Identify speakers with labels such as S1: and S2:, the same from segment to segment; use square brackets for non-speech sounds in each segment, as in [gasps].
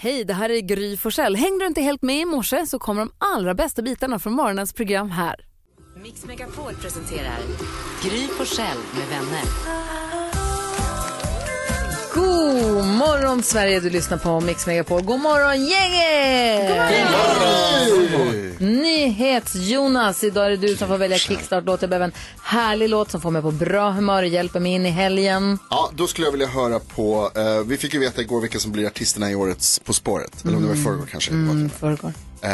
S1: Hej, det här är Gry Forssell. Hängde du inte helt med i morse så kommer de allra bästa bitarna från morgonens program här.
S2: Mix Megapol presenterar Gry Forssell med vänner.
S1: God morgon Sverige, du lyssnar på Mix Megapol. God morgon gänget! Nyhets-Jonas, idag är det du som får välja kickstart-låt. Jag behöver en härlig låt som får mig på bra humör och hjälper mig in i helgen.
S3: Ja, då skulle jag vilja höra på, eh, vi fick ju veta igår vilka som blir artisterna i årets På spåret. Eller om det var i förrgår kanske.
S1: Mm, förrgår.
S3: Eh,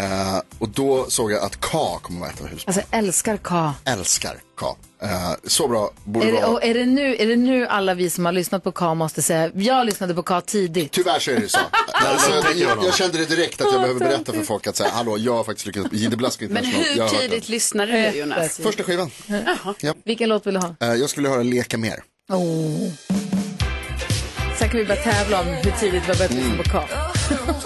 S3: och då såg jag att Ka kommer vara ett av husband.
S1: Alltså jag älskar Ka.
S3: Älskar Ka. Eh, så bra borde
S1: Är det,
S3: vara.
S1: och är, det nu, är det nu alla vi som har lyssnat på Ka måste säga, jag lyssnade på Ka tidigt.
S3: Tyvärr så
S1: [laughs]
S3: är det så. alltså, jag, jag, jag kände det direkt att jag behöver berätta för folk att säga, hallå, jag har faktiskt lyckats, Jidde Blask är
S4: Men
S3: international. Jag
S4: hur
S3: har hört den.
S4: tidigt lyssnade du Jonas?
S3: Första skivan.
S1: Eh, Vilken låt vill du ha?
S3: Eh, jag skulle vilja höra Leka mer.
S1: Oh. Sen kan vi börja tävla om hur tidigt vi har börjat lyssna på Ka.
S4: Mm.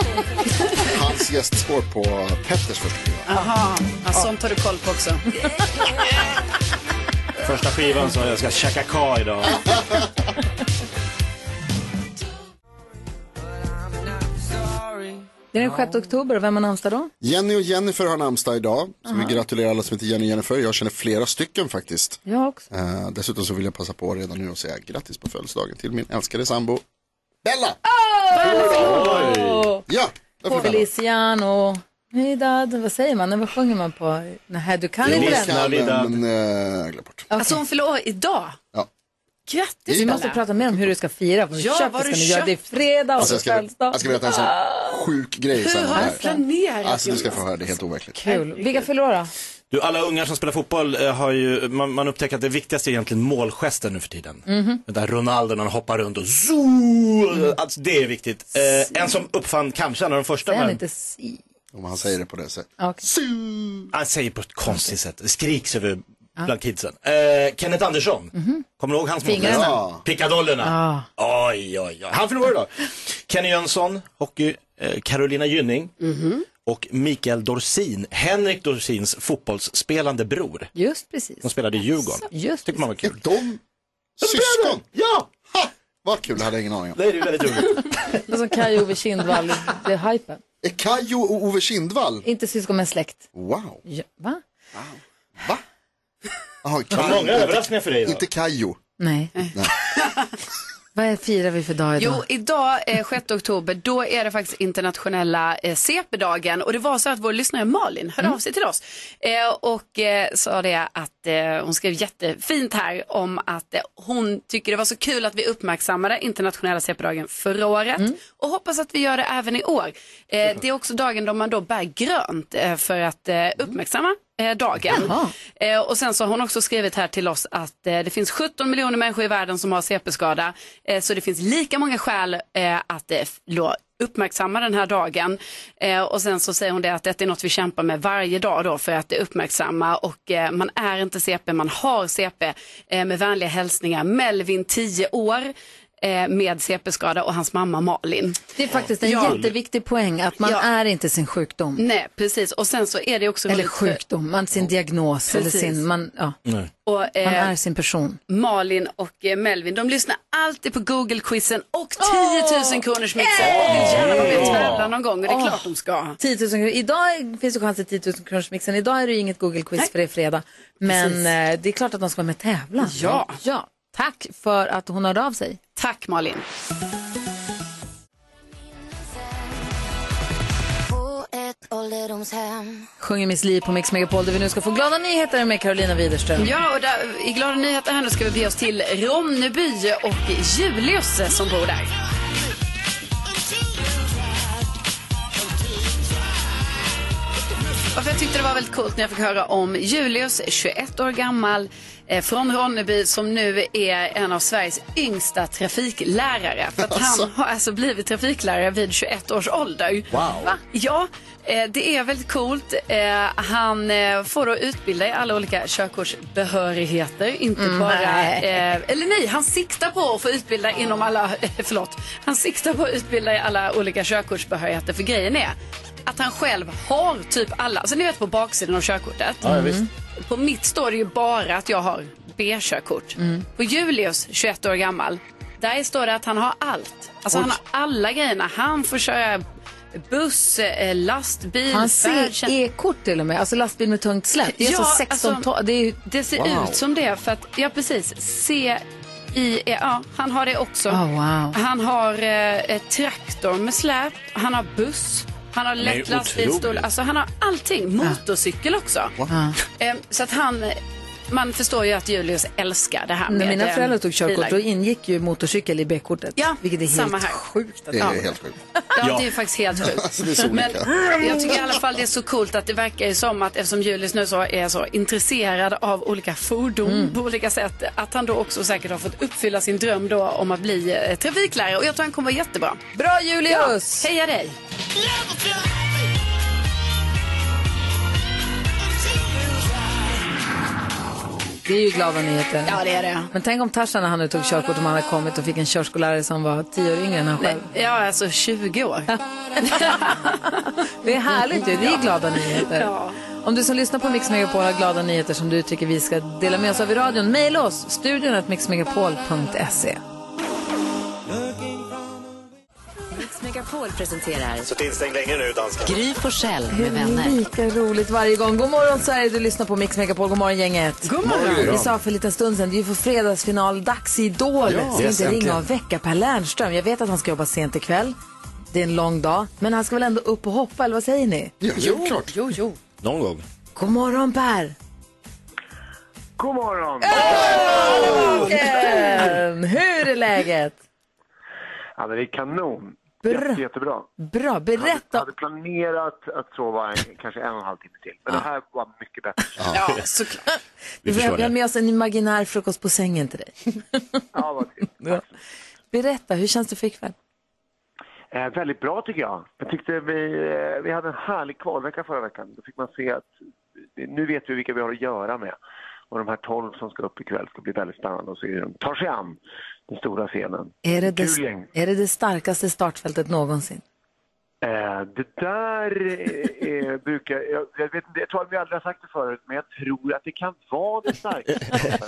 S3: Hans gästspår på Petters första skiva.
S4: Jaha, ja, sånt har du koll på också.
S5: Första skivan så jag ska checka K idag.
S1: Det är den 6 oktober och vem har namnsdag då?
S3: Jenny och Jennifer har namnsdag idag. Så vi gratulerar alla som heter Jenny och Jennifer. Jag känner flera stycken faktiskt.
S1: Jag också.
S3: Eh, dessutom så vill jag passa på redan nu och säga grattis på födelsedagen till min älskade sambo Bella. Ja, där får Bella.
S1: Feliciano. Nidad, vad säger man? Vad sjunger man på? Nej, du kan inte
S5: Feliz
S1: den.
S3: Kan,
S5: Navidad.
S3: men eh, jag glömde bort.
S4: Alltså hon förlorar idag.
S3: Ja.
S4: Grattis
S1: Vi
S4: Bella.
S1: måste prata mer om hur du ska fira. Vad du
S4: Ja,
S1: köper
S4: vad
S1: ska
S4: du
S1: ni göra. Det är
S4: köpt.
S1: fredag och
S3: Alltså, jag, ska,
S1: födelsedag.
S3: jag ska berätta en sån sjuk grej
S4: Hur
S3: sen.
S4: har du planerat
S3: Alltså du ska få
S4: Jonas?
S3: höra, det är helt overkligt.
S1: Kul. Vilka förlorar?
S5: Du, alla ungar som spelar fotboll eh, har ju, man, man upptäcker att det viktigaste är egentligen målgesten nu för tiden. Mm-hmm. Där Ronaldo när han hoppar runt och zoo, alltså det är viktigt. Eh, en som uppfann kanske en av de första,
S1: Den är
S5: men
S1: inte si.
S3: Om han säger det på det sättet.
S1: Ja, okej.
S5: han säger Ah, på ett konstigt sätt, det skriks över bland kidsen. Eh, Kenneth Andersson, kommer du ihåg hans
S1: Fingrarna.
S5: målgest? Pickadollerna. Oj, oj, oj. Han förlorade då. Kenny Jönsson, hockey, eh, Carolina Gynning. Och Mikael Dorsin, Henrik Dorsins fotbollsspelande bror.
S1: Just precis.
S5: De spelade i Djurgården.
S1: Just
S5: Tycker man var
S3: Är
S5: kul.
S3: de syskon?
S5: Ja!
S3: Ha! Vad kul, det hade jag ingen aning om.
S5: Det är ju väldigt [laughs] roligt.
S1: Det är som Kaj Ove Kindvall, det är hypen.
S3: Är Kajo och Ove Kindvall?
S1: Inte syskon men släkt.
S3: Wow,
S1: Ja, va?
S3: va? Aha,
S5: Det var många
S3: inte,
S5: överraskningar för dig idag.
S3: inte Kajo.
S1: Nej. [laughs] Vad är- firar vi för dag idag?
S4: Jo, idag eh, 6 oktober, då är det faktiskt internationella eh, CP-dagen. Och det var så att vår lyssnare Malin
S1: Mm.
S4: hörde av sig till oss eh, och eh, sa det att eh, hon skrev jättefint här om att eh, hon tycker det var så kul att vi uppmärksammade internationella CP-dagen förra året
S1: Mm.
S4: och hoppas att vi gör det även i år. Eh, det är också dagen då man då bär grönt eh, för att eh, uppmärksamma eh, dagen. Eh, och sen så har hon också skrivit här till oss att eh, det finns 17 miljoner människor i världen som har CP-skada. Eh, så det finns lika många skäl eh, att eh, f- lo- uppmärksamma den här dagen. Eh, och sen så säger hon det att detta är något vi kämpar med varje dag då för att eh, uppmärksamma och eh, man är inte CP, man har CP. Eh, med vänliga hälsningar Melvin 10 år eh, med CP-skada och hans mamma Malin.
S1: Det är faktiskt en
S4: Ja.
S1: jätteviktig poäng att man
S4: Ja. Mm.
S1: är inte sin sjukdom.
S4: Nej, precis. Och sen så är det också
S1: Eller
S4: roligt för-
S1: sjukdom, man sin diagnos. Eller
S4: Precis.
S1: sin, man, ja,
S4: Och, eh,
S1: man är sin person.
S4: Malin och eh, Melvin, de lyssnar alltid på Google-quizen och 10 000 kronors mixen. De vill gärna vara med och tävla någon gång och det är klart de ska.
S1: 10 000 kronor. Idag finns det chans till 10 000 kronors mixen. Idag är det ju inget Google-quiz för det är fredag. Men eh, det är klart att de ska vara med och tävla.
S4: Ja.
S1: ja. Tack för att hon hörde av sig.
S4: Tack Malin.
S6: på ett ålderdomshem
S1: Sjunger Miss Li på Mix Megapol där vi nu ska få glada nyheter med Carolina Widerström.
S4: Ja, och där, i glada nyheter här nu ska vi bege oss till Ronneby och Julius eh, som bor där. Och för jag tyckte det var väldigt coolt när jag fick höra om Julius, 21 år gammal, eh, från Ronneby som nu är en av Sveriges yngsta trafiklärare. För att han har alltså blivit trafiklärare vid 21 års ålder.
S3: Wow.
S4: Va? Ja, eh, det är väldigt coolt. Eh, Han eh, får då utbilda i alla olika körkortsbehörigheter. Inte bara... eh, Eller nej, han siktar på att få utbilda inom alla... [laughs] eh, Förlåt. Han siktar på att utbilda i alla olika körkortsbehörigheter. För grejen är att han själv har typ alla. Alltså ni vet på baksidan av körkortet.
S5: Ja, visst.
S4: På mitt står det ju bara att jag har B-körkort. På Julius, 21 år gammal, Där står det att han har allt. Alltså han har alla grejerna. Han får köra buss, eh, lastbil,
S1: Han ser
S4: färdtjänst.
S1: E-kort till och med, alltså lastbil med tungt släp. Det är
S4: Ja,
S1: så 16
S4: alltså-
S1: ton. Det är ju...
S4: Det ser
S3: Wow.
S4: ut som det för att, ja precis, C i, E, ja han har det också.
S1: Ah, wow.
S4: Han har eh, eh, traktor med släp, han har buss, han har
S5: är
S4: lätt
S5: otrolig.
S4: lastbilstol, alltså han har allting. Motorcykel också. Eh, så att han, man förstår ju att Julius älskar det här med
S1: När mina
S4: eh,
S1: föräldrar tog körkort
S4: bilar.
S1: då ingick ju motorcykel i B-kortet.
S4: Ja,
S1: vilket är
S4: samma
S1: helt
S4: här.
S1: sjukt. Att
S3: Det är
S1: ja.
S3: helt sjukt.
S4: Ja,
S5: Ja.
S4: det är faktiskt helt sjukt.
S3: Alltså, [laughs] det är så
S4: Men mm,
S3: olika.
S4: jag tycker i alla fall det är så coolt att det verkar ju som att eftersom Julius nu så är så intresserad av olika fordon
S3: Mm.
S4: på olika sätt, att han då också säkert har fått uppfylla sin dröm då om att bli eh, trafiklärare. Och jag tror han kommer vara jättebra.
S1: Bra Julius!
S4: Heja dig!
S1: Det är ju glada nyheter.
S4: Ja, det är det.
S1: Men tänk om Tarzan när han nu tog körkort om han hade kommit och fick en körskollärare som var tio år yngre än han själv.
S4: Ja, alltså 20 år.
S1: [laughs] Det är härligt ju, det är glada nyheter.
S4: Ja.
S1: Om du som lyssnar på Mix Megapol har glada nyheter som du tycker vi ska dela med oss av i radion, mejla oss studion at mixmegapol.se.
S2: Mix Megapol presenterar
S5: Suttit instängd länge nu, dansken.
S2: Gry Forssell med
S1: Det är
S2: vänner.
S1: Lika roligt varje gång. God morgon Sverige, du lyssnar på Mix Megapol. God morgon gänget. God morgon. Vi sa för en liten stund sedan, det är ju för fredagsfinaldags i Idol. Ska
S5: Yes,
S1: inte ringa
S5: äntligen.
S1: och väcka Per Lernström. Jag vet att han ska jobba sent ikväll. Det är en lång dag, men han ska väl ändå upp och hoppa, eller vad säger ni?
S3: Ja, självklart.
S1: Jo, jo.
S5: Någon gång.
S1: God morgon Per!
S7: God morgon!
S1: Ehm, Hur är läget?
S7: Ja, men det är kanon.
S1: Bra.
S7: Jätte, jättebra.
S1: Bra,
S7: Jag
S1: berätta.
S7: hade planerat att sova en, kanske en och en halv timme till, men det här var mycket bättre.
S4: Ja,
S1: [laughs]
S4: såklart.
S5: Vi
S1: Vi
S5: förstår
S1: har
S5: det.
S1: med oss en imaginär frukost på sängen till dig.
S7: Ja, vad trevligt.
S1: Berätta, hur känns det för ikväll?
S7: Eh, väldigt bra tycker jag. Jag tyckte vi, eh, vi hade en härlig kvalvecka förra veckan. Då fick man se att nu vet vi vilka vi har att göra med. Och de här tolv som ska upp ikväll ska bli väldigt spännande att se hur de tar sig an den stora scenen.
S1: Är det det,
S7: Kul gäng.
S1: är det, det starkaste startfältet någonsin?
S7: Eh, det där eh, eh, brukar... Jag, jag, vet, inte, jag tror att vi aldrig har sagt det förut, men jag tror att det kan vara det starkaste.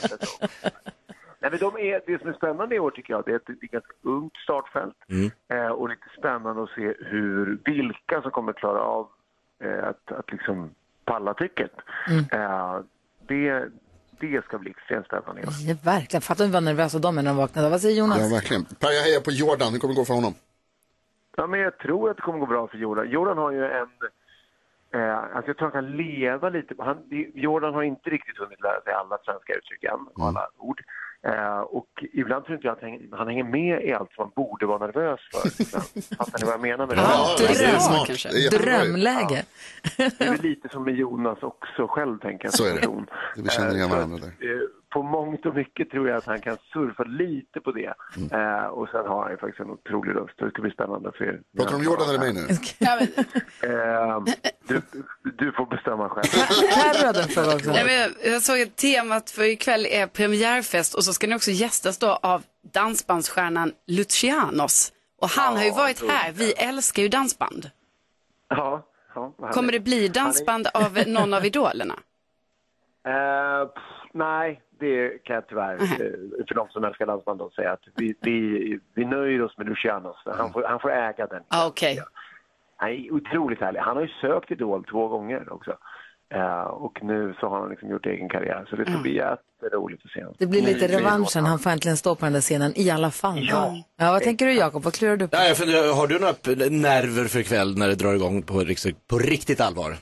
S7: Nej, men de är, det som är spännande i år tycker jag, det är att det är ett ganska ungt startfält eh, och lite spännande att se hur, vilka som kommer klara av eh, att, att liksom palla trycket. Eh, det, det ska bli extremt spännande i år.
S1: Ja, verkligen. Fattar vi vad nervösa de är när de vaknar. Vad säger Jonas?
S3: Ja, verkligen. Per, jag hejar på Jordan. Hur kommer det gå för honom?
S7: Ja, men jag tror att det kommer gå bra för Jordan. Jordan har ju en... Eh, alltså jag tror han kan leva lite. på- Han, Jordan har inte riktigt hunnit lära sig alla svenska uttryck
S3: Mm.
S7: än, och alla ord. Eh, och ibland tror inte jag att han, han hänger med i allt som man borde vara nervös
S3: [laughs]
S7: för. ibland. Fattar ni vad jag menar med det?
S1: Ja,
S3: det är
S1: dröm,
S3: smart.
S4: kanske.
S3: Det är jättebra.
S1: Drömläge.
S7: Det är väl lite som med Jonas också själv, tänker jag.
S3: Så är det.
S7: Person.
S3: Vi känner igen
S7: Eh, så
S3: varandra
S7: att,
S3: där.
S7: eh, På mångt och mycket tror jag att han kan surfa lite på det.
S3: Mm.
S7: Eh, och sen har han ju faktiskt en otrolig röst. Det ska bli spännande att se.
S3: Pratar du om Jordan eller mig nu?
S4: Ja, men,
S7: Eh, du, du får bestämma själv.
S1: Carro hade en fråga
S4: [laughs]
S1: också.
S4: nej, men jag- jag såg att temat för ikväll är premiärfest och så ska ni också gästas då av dansbandsstjärnan Lucianos. Och han har ju varit här, vi älskar ju dansband.
S7: Ja, ja, vad
S4: Kommer det
S7: härligt.
S4: bli dansband av någon
S3: [laughs]
S4: av idolerna?
S7: Eh, pff, nej, det kan jag tyvärr, eh, för de som älskar dansband, då, säga att vi, vi, vi nöjer oss med Lucianos.
S4: Mm.
S7: Han får, han får äga den.
S4: Ah, Okej.
S7: Han är otroligt härlig. Han har ju sökt Idol två gånger också. Eh, och nu så har han liksom gjort egen karriär, så det
S4: Mm.
S7: ska bli jätteroligt att se honom.
S1: Det blir
S3: Mm.
S1: lite revanschen. Han får äntligen stå på den där scenen i alla fall.
S7: Ja.
S1: ja vad tänker du Jakob? Vad klurar du på?
S5: Ja, jag funderar, har du några p- nerver för ikväll när det drar igång på, rikt- på riktigt allvar?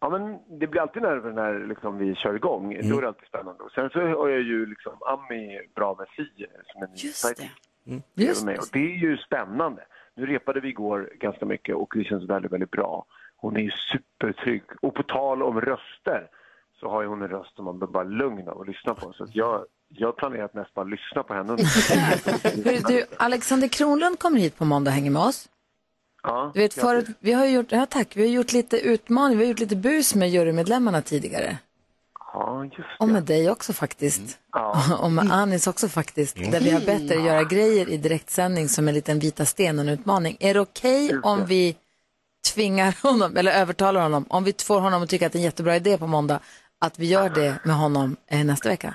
S7: Ja, men det blir alltid nerver när liksom, vi kör igång. Då är
S4: Mm.
S7: det alltid spännande. Och sen så har jag ju liksom Ami Bra med Fi som är ny
S4: Just det.
S1: Just
S7: med. Och det är ju spännande. Nu repade vi igår ganska mycket och det känns väldigt, väldigt bra. Hon är ju supertrygg. Och på tal om röster så har ju hon en röst som man blir bara lugn av att lyssna på. Så att jag, jag planerar att nästan bara lyssna
S1: [laughs]
S7: på henne.
S1: Hur, du, Alexander Kronlund kommer hit på måndag och hänger med oss.
S7: Ja,
S1: Du vet
S7: ja,
S1: förut, vi har ju gjort, ja, tack, vi har gjort lite utmaning, vi har gjort lite bus med jurymedlemmarna tidigare.
S7: Ja, just det.
S1: Och med dig också faktiskt.
S7: Ja.
S1: [laughs]
S7: Mm.
S1: Och med Anis också faktiskt. Där vi har bett er göra grejer i direktsändning som en liten vita stenen-utmaning. Är det okej om vi tvingar [laughs] honom, eller övertalar honom, om vi får honom att tycka att det är en jättebra idé på måndag, att vi gör det med honom eh, nästa vecka?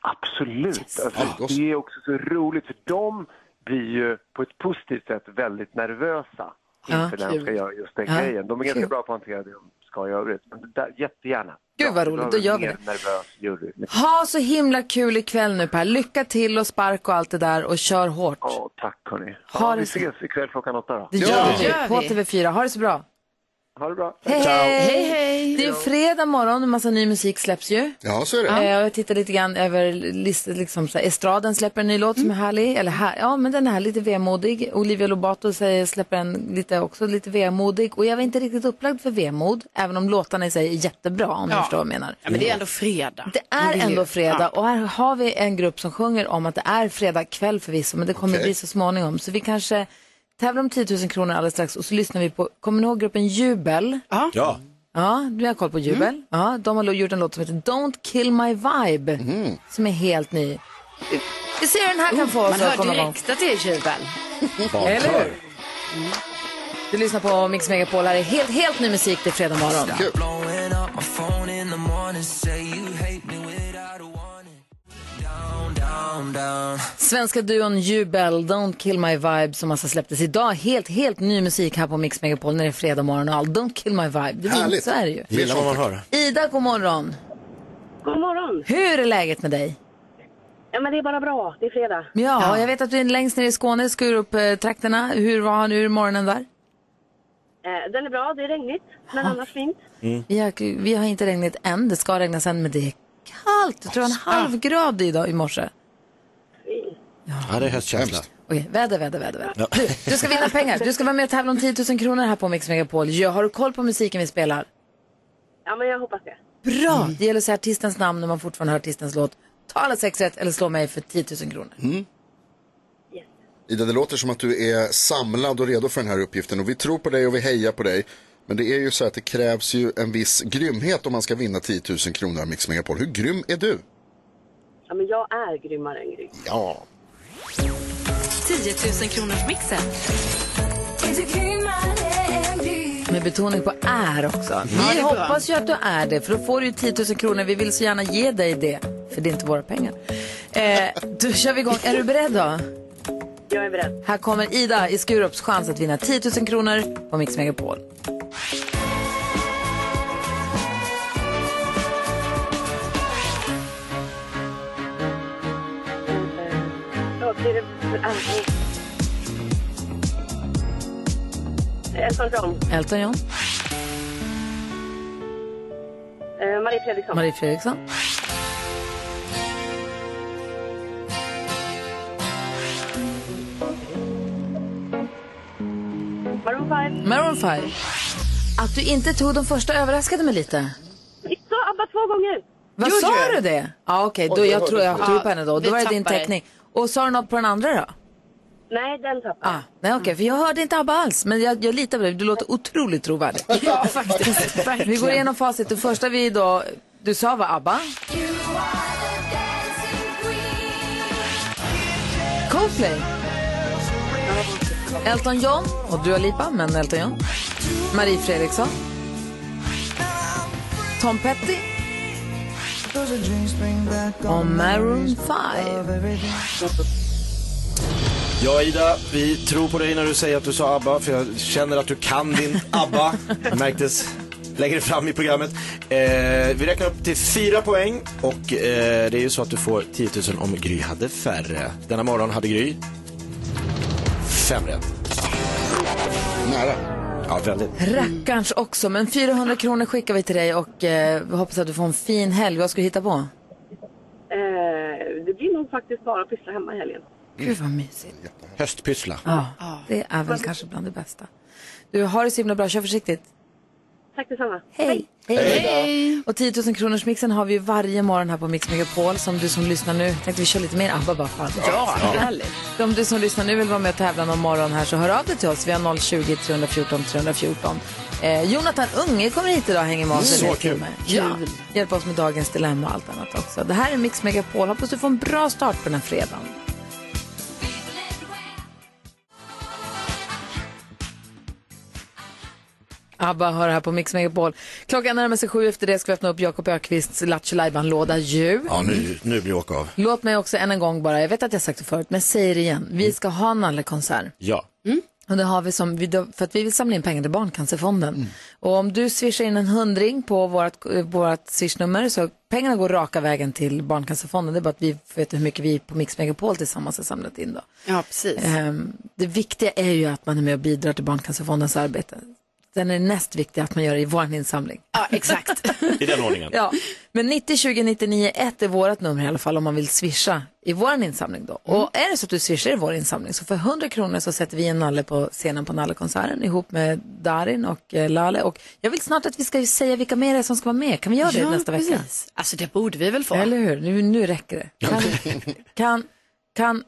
S7: Absolut.
S3: Ja, då
S7: Alltså,
S3: så.
S7: det är också så roligt för de blir ju på ett positivt sätt väldigt nervösa
S1: Ja,
S7: inför när de ska
S1: kul.
S7: göra just den
S1: Ja,
S7: grejen. De är ganska
S1: kul.
S7: bra på att hantera det de ska i övrigt. Men det där, jättegärna.
S1: Gud, vad roligt. Då gör vi
S7: det. behöver en mer nervös jury.
S1: Ha så himla kul ikväll nu Per. Lycka till och spark och allt det där och kör hårt.
S7: Ja, tack hörni.
S1: Ha
S7: Ja, vi
S1: det så-
S7: ses ikväll klockan åtta då.
S1: Det
S3: Ja,
S1: gör
S3: det
S1: vi
S4: gör
S1: på
S4: vi.
S1: TV4. Ha det så bra.
S7: Ha det bra.
S1: Hej,
S4: Hej,
S1: hej!
S4: hej.
S1: Det är ju fredag morgon och massa ny musik släpps ju.
S3: Ja, så är det.
S1: Eh, och jag tittar lite grann över listan, liksom så här, Estraden släpper en ny låt som är härlig, eller här, ja men den är här, lite vemodig. Olivia Lobato säger, släpper en lite också lite vemodig och jag var inte riktigt upplagd för vemod, även om låtarna i sig är jättebra om du
S4: Ja.
S1: förstår vad jag menar.
S4: Ja, men det är ändå fredag.
S1: Det är ändå fredag och här har vi en grupp som sjunger om att det är fredag kväll förvisso, men det kommer
S3: Okej.
S1: bli så småningom. Så vi kanske tävlar om 10 000 kronor alldeles strax och så lyssnar vi på, kommer ni ihåg gruppen Jubel?
S5: Ja.
S1: Ja, du har koll på Jubel.
S4: Mm.
S1: Ja, de har gjort en låt som heter Don't kill my vibe,
S4: Mm.
S1: som är helt ny. Vi ser hur den här kan få
S4: Man
S1: oss att
S4: hör
S1: komma igång.
S4: direkt att det är jubel.
S1: Eller hur? Du lyssnar på Mix Megapol, här är helt, helt ny musik, det är fredag morgon. Svenska duon Jubel, Don't Kill My Vibe som alltså släpptes idag. Helt, helt ny musik här på Mix Megapol när det är fredag morgon och all. Don't Kill My Vibe, det är
S3: Härligt.
S1: så är det ju.
S5: Gillar vad man hör.
S1: Ida, god morgon.
S8: God morgon!
S1: Hur är läget med dig?
S8: Ja, men det är bara bra. Det är fredag.
S1: Ja, jag vet att du är längst ner i Skåne, skur upp eh, trakterna. Hur var nu morgonen där?
S8: Eh, den är bra. Det är regnigt, men
S9: Ah.
S8: annars fint.
S1: Vi har, vi har inte regnat än, det ska regna sen, men det är kallt. Jag tror en halv grad idag i morse.
S5: Ja, det är höstkänsla.
S3: Hemskt.
S1: Okej, väder, väder, väder. väder. Du, du ska vinna pengar. Du ska vara med och tävla om 10 000 kronor här på Mix Megapol. Ja, har du koll på musiken vi spelar?
S8: Ja, men jag hoppas det.
S1: Bra! Det gäller att säga artistens namn när man fortfarande hör artistens låt. Ta alla sex rätt eller slå mig för 10 000 kronor.
S3: Ida, det låter som att du är samlad och redo för den här uppgiften och vi tror på dig och vi hejar på dig. Men det är ju så att det krävs ju en viss grymhet om man ska vinna 10 000 kronor av Mix Megapol. Hur grym är du?
S8: Ja, men jag är grymmare än grym.
S3: Ja.
S2: 10 000 kronors mixen.
S1: Med betoning på är också. Vi hoppas ju att du är det, för då får du ju 10 000 kronor. Vi vill så gärna ge dig det, för det är inte våra pengar. Eh, då kör vi igång. Är du beredd då?
S8: Jag är beredd.
S1: Här kommer Ida i Skurups chans att vinna 10 000 kronor på Mix Megapol.
S8: Eh, Ja, det Eh, är det... Ah. Elton John.
S1: Elton John,
S8: Eh, Marie Fredriksson.
S1: Marie Fredriksson.
S8: Maroon 5.
S1: Maroon 5. Att du inte tog de första överraskade mig lite.
S8: Jag sa ABBA två gånger!
S1: Vad
S4: Jo,
S1: sa
S4: jo.
S1: du det? Ja, okej,
S3: Oj,
S1: då
S3: det
S1: jag
S3: hörde
S1: tror jag
S4: jag.
S1: tror
S4: Ja,
S1: på henne då. Då
S4: vi
S1: var det din
S4: tappar dig.
S1: teckning. Och sa du något på den andra då?
S8: Nej, den tappade
S1: Ah, nej, okej, för jag hörde inte ABBA alls, men jag, jag litar på dig. Du låter otroligt trovärdig.
S4: [laughs] Ja, faktiskt.
S1: [laughs] Vi går igenom facit. Det första vi då, du sa var ABBA. Coldplay. Elton John och Dua Lipa, men Elton John. Marie Fredriksson. Tom Petty. Och Maroon 5.
S5: Ja, Ida, vi tror på dig när du säger att du sa ABBA, för jag känner att du kan din ABBA. Det märktes längre fram i programmet. Eh, vi räknar upp till fyra poäng och eh, det är ju så att du får 10 000 om Gry hade färre. Denna morgon hade Gry fem rätt.
S3: Nära.
S5: Ja, väldigt.
S1: Rackarns också, men 400 kronor skickar vi till dig och eh, vi hoppas att du får en fin helg. Vad ska du hitta på?
S8: eh, Det blir nog faktiskt bara att pyssla hemma i helgen.
S1: Gud vad mysigt.
S5: Höstpyssla.
S1: Ja, det är väl kanske bland det bästa. Du, har det så himla bra. Kör försiktigt.
S8: Tack detsamma.
S1: Hej! Hej! Och 10 000 kronors mixen har vi ju varje morgon här på Mix Megapol som du som lyssnar nu. Tänkte vi kör lite mer ABBA bara för att-
S4: Ja, härligt.
S1: Om du som lyssnar nu vill vara med och tävla någon morgon här så hör av dig till oss. Vi har 020 314 314. Eh, Jonathan Unge kommer hit idag och hänger med oss. Mm. Så kul. Ja. Hjälpa oss med dagens dilemma och allt annat också. Det här är Mix Megapol. Hoppas du får en bra start på den här fredagen. ABBA hör här på Mix Megapol. Klockan närmar sig sju, efter det ska vi öppna upp Jakob Ökvists Lattjo Lajban-låda ju.
S5: Ja, nu, nu blir jag åka av.
S1: Låt mig också än en gång bara, jag vet att jag sagt det förut, men säger det igen. Vi ska ha en nallekonsert.
S5: Ja.
S1: Och det har vi som, vi då- för att vi vill samla in pengar till Barncancerfonden. Och om du swishar in en hundring på vårt, vårt swishnummer så pengarna går raka vägen till Barncancerfonden. Det är bara att vi vet hur mycket vi på Mix Megapol tillsammans har samlat in då.
S4: Ja, precis.
S1: Ehm, det viktiga är ju att man är med och bidrar till Barncancerfondens arbete. Sen är det näst viktiga att man gör det i vår insamling.
S4: Ja,
S1: [laughs]
S4: exakt.
S5: I den ordningen.
S1: Ja, men 90 20 99 1 är vårt nummer i alla fall om man vill swisha i vår insamling då. Och är det så att du swishar i vår insamling så för 100 kronor så sätter vi en nalle på scenen på Nallekonserten ihop med Darin och eh, Lale. Och jag vill snart att vi ska ju säga vilka mer det är som ska vara med. Kan vi göra det nästa vecka?
S4: precis. Alltså det borde vi väl få.
S1: Eller hur? Nu, nu räcker det. Kan, kan, kan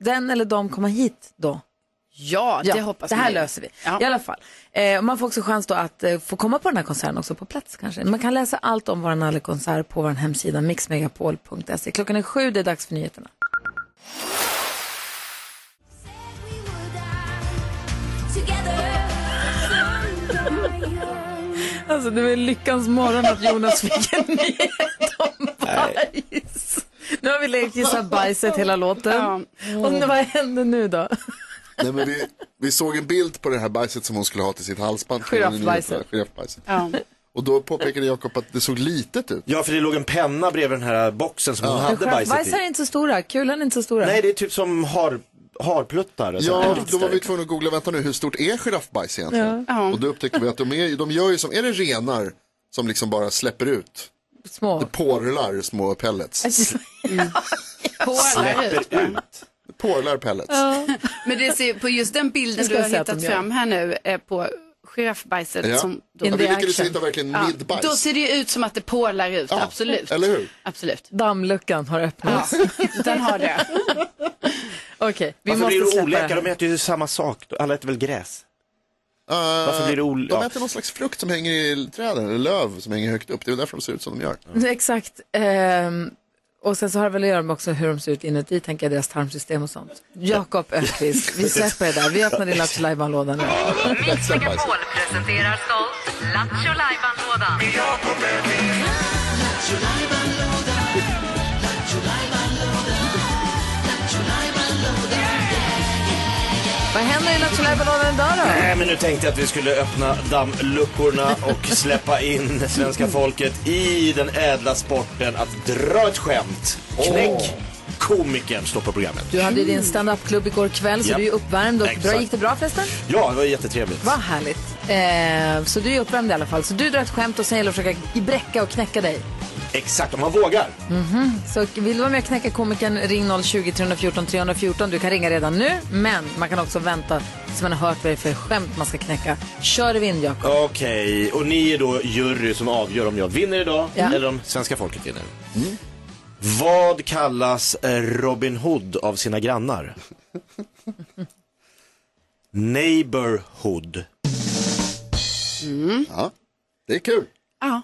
S1: den eller de komma hit då?
S4: Ja, det hoppas
S1: det här
S4: vi.
S1: löser vi.
S4: Ja.
S1: I alla fall. Eh, man får också chans då att eh, få komma på den här konserten också på plats kanske. Man kan läsa allt om vår Nalle-konsert på vår hemsida mixmegapol.se. Klockan är sju, det är dags för nyheterna. Alltså det var lyckans morgon att Jonas fick [laughs] en nyhet om bajs. Nu har vi lekt gissa bajset hela låten.
S4: Ja.
S1: Och nu, vad händer nu då?
S3: Nej, men vi, vi såg en bild på det här bajset som hon skulle ha till sitt halsband.
S1: Giraffbajset.
S3: Giraffbajset.
S4: Ja.
S3: Och då påpekade Jakob att det såg litet ut.
S5: Ja, för det låg en penna bredvid den här boxen som hon hade bajset i.
S1: Bajsar är inte så stora, kulan är inte så stora.
S5: Nej, det är typ som har, harpluttar. och sådär.
S3: Ja,
S5: Lite
S3: då var vi
S5: större.
S3: tvungna att googla, vänta nu, hur stort är giraffbajs egentligen? Och då upptäckte vi att de, är, de gör ju som, är det renar som liksom bara släpper ut?
S1: Små.
S3: Det
S5: [laughs]
S3: porlar små pellets.
S4: Pålar ut. va?
S3: Porlar pellets.
S4: Men det ser, på just den bilden
S1: ska
S4: du har
S1: jag säga att de
S4: hittat
S1: gör.
S4: fram här nu eh, på giraffbajset
S3: Ja.
S4: som då,
S3: Ja,
S1: In
S3: vi
S1: the
S3: lyckades
S1: action.
S3: hitta verkligen
S4: Ja,
S3: midbajs.
S4: då ser det ju ut som att det pålar ut,
S3: Ja,
S4: absolut.
S3: Eller hur?
S4: Absolut.
S1: Dammluckan har
S4: Ja,
S1: öppnats.
S4: den har
S3: [laughs]
S4: det.
S1: Okej, vi måste
S5: Varför blir Alltså, det
S1: släppa
S5: olika?
S1: det här.
S5: De äter ju samma sak. Alla äter väl gräs?
S3: Eh,
S5: Varför blir det ol-
S3: De
S5: ja.
S3: äter någon slags frukt som hänger i träden, eller löv som hänger högt upp. Det är därför de ser ut som de gör.
S1: [laughs] Exakt. Ehm, och sen så har det väl att göra med också hur de ser ut inuti, tänker jag, deras tarmsystem och sånt. Jakob Öqvist, vi släpper det där. Vi öppnar din Lattjo Lajban-låda nu.
S2: Mix Megapol presenterar stolt Lattjo Lajban-lådan.
S1: Vad händer i Lattjo Lajban-lådan idag då?
S5: Nej, men nu tänkte jag att vi skulle öppna dammluckorna [laughs] och släppa in svenska folket i den ädla sporten att dra ett skämt. Knäck komikern, står på programmet.
S1: Du hade ju din stand-up-klubb igår kväll, så
S5: Japp.
S1: du är uppvärmd. Och bra,
S5: Exakt.
S1: gick det bra förresten?
S5: Ja, det var jättetrevligt.
S1: Vad härligt. Ehm, så du är uppvärmd i alla fall. Så du drar ett skämt och sen gäller det att försöka bräcka och knäcka dig.
S5: Exakt, om man vågar.
S1: Så vill du vara med och knäcka komikern, ring 020 314 314. Du kan ringa redan nu, men man kan också vänta tills man har hört vad det är för skämt man ska knäcka. Kör vi in, Jakob.
S5: Okej, och ni är då jury som avgör om jag vinner idag
S1: Ja.
S5: eller om svenska folket vinner. Vad kallas eh, Robin Hood av sina grannar? Neighborhood.
S3: Ja. Det är kul.
S4: Ja.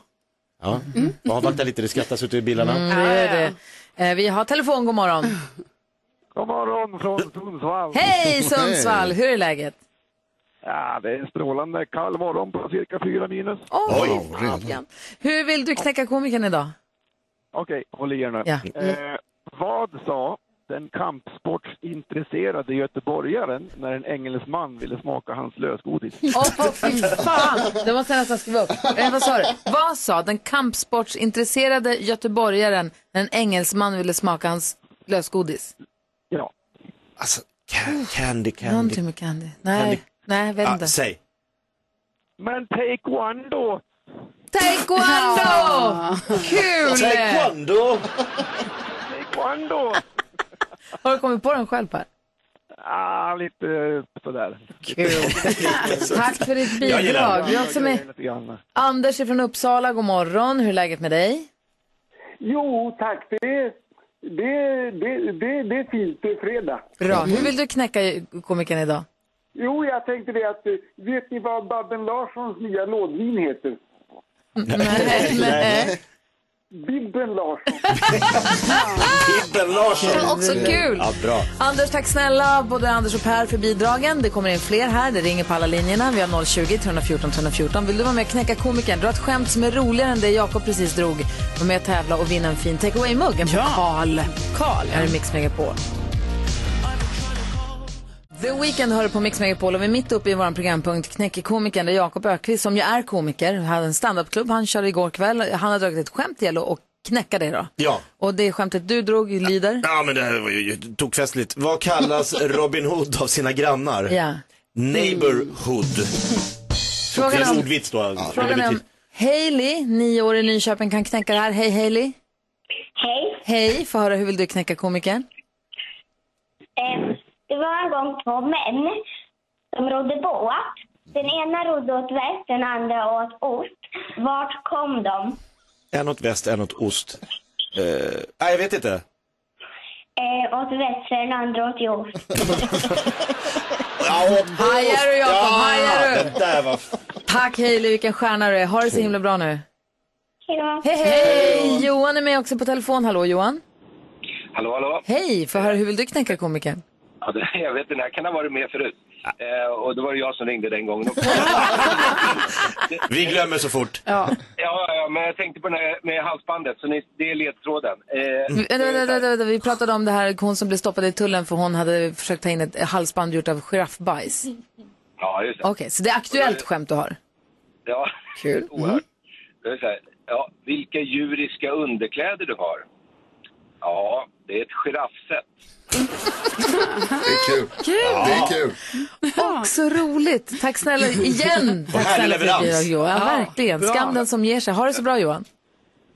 S5: Ja,
S1: Mm.
S5: jag har varit där lite, det skrattas ute i bilarna.
S1: Det är det. Eh, Vi har telefon, god morgon.
S7: God morgon från Sundsvall.
S1: Hej Sundsvall, hur är läget?
S7: Ja, det är en strålande kall morgon på cirka fyra minus.
S1: Oj,
S3: Oj,
S1: fan. Hur vill du knäcka komikern idag?
S7: Okej, håll i er nu.
S1: Ja.
S7: Eh, vad sa den kampsportsintresserade göteborgaren när en engelsman ville smaka hans lösgodis?
S1: Åh, fy fan! Det måste jag nästan skriva upp. Eh, vad sa du? Vad sa den kampsportsintresserade göteborgaren när en engelsman ville smaka hans lösgodis?
S7: Ja.
S5: Alltså, ca- candy, candy.
S1: Någonting med candy. Nej, nej, jag vet
S5: Ah,
S1: inte.
S5: säg.
S7: Men take one då!
S1: Taekwondo! Kul!
S5: Taekwondo!
S7: Take one då!
S1: Har du kommit på den själv Per?
S7: Ah, lite eh, sådär.
S1: Kul. [laughs] Tack för ditt
S5: Jag gillar
S1: bidrag.
S5: den.
S1: Vi har också med
S7: Lite grann.
S1: Anders från Uppsala. God morgon. Hur är läget med dig?
S9: Jo, tack. Det, det, det, det, det är fint. Det är fredag.
S1: Bra. Hur vill du knäcka komikern idag?
S9: Jo, jag tänkte det att... eh, Vet ni vad Babben Larssons nya lådvin heter?
S1: Nej.
S9: Bibben Larsson.
S5: Bibben Larsson.
S1: Också kul.
S5: Ja, bra.
S1: Anders, tack snälla både Anders och Per för bidragen. Det kommer in fler här. Det ringer på alla linjerna. Vi har 020 314 314. Vill du vara med och knäcka komikern, dra ett skämt som är roligare än det Jakob precis drog. Var med och tävla och vinna en fin takeaway-mugg, en pokal. Karl. Här är Mix Megapol. The Weeknd hör på Mix Megapol och vi är mitt uppe i vår programpunkt Knäcker komikern där Jakob Ökvist som ju är komiker, hade en standupklubb han körde igår kväll. Han har dragit ett skämt till och knäcka det då.
S5: Ja.
S1: Och det skämtet du drog lyder?
S5: Ja, men det här var ju tokfestligt.
S1: [laughs]
S5: Vad kallas Robin Hood av sina grannar?
S1: Ja.
S5: Neighborhood. Det
S1: Frågan
S5: är en
S1: är om,
S5: ordvits då. Det är
S1: frågan är om
S5: betydligt-
S1: Hailey, nio år i Linköping, kan knäcka det här. Hej Hailey!
S10: Hej.
S1: Hej, få höra hur vill du knäcka komikern?
S10: Eh, det var en gång två män som rodde båt. Den ena rodde åt väst, den andra åt ost. Vart kom de?
S5: En åt väst, en åt ost. Eh, nej, jag vet inte.
S10: Eh, åt väst, den andra åt i ost.
S5: Ja, åt ost.
S1: Hajar du, Jakob,
S5: Ja,
S1: hajar du?
S5: Det där var... f-
S1: Tack Hailey, vilken stjärna du är. Ha det så himla bra nu.
S10: Hej då.
S1: Hej, hej! Johan är med också på telefon. Hallå Johan!
S11: Hallå, hallå.
S1: Hej, få höra hur vill du knäcka komikern?
S11: Ja, det, jag vet, den här kan ha varit med förut. Eh, och då var det jag som ringde den gången också.
S5: Vi glömmer så fort.
S11: ja, ja, men jag tänkte på den här med halsbandet, så ni, det är ledtråden. Eh,
S1: Vänta, vänta, vänta, vänta, vi pratade om det här, hon som blev stoppad i tullen för hon hade försökt ta in ett halsband gjort av giraffbajs. Okej,
S11: Ja, just det.
S1: så det är aktuellt skämt du har.
S11: Ja,
S1: Kul.
S11: oerhört. Det är så här, ja, vilka djuriska underkläder du har? Ja, det är ett giraffset.
S3: Det är kul. Det är kul.
S1: Och så roligt! Tack snälla [laughs] igen! Tack
S5: härlig
S1: snälla
S5: leverans.
S1: bidrag, Johan. Ja, verkligen.
S4: bra.
S1: Skam den som ger sig. Ha det så bra Johan.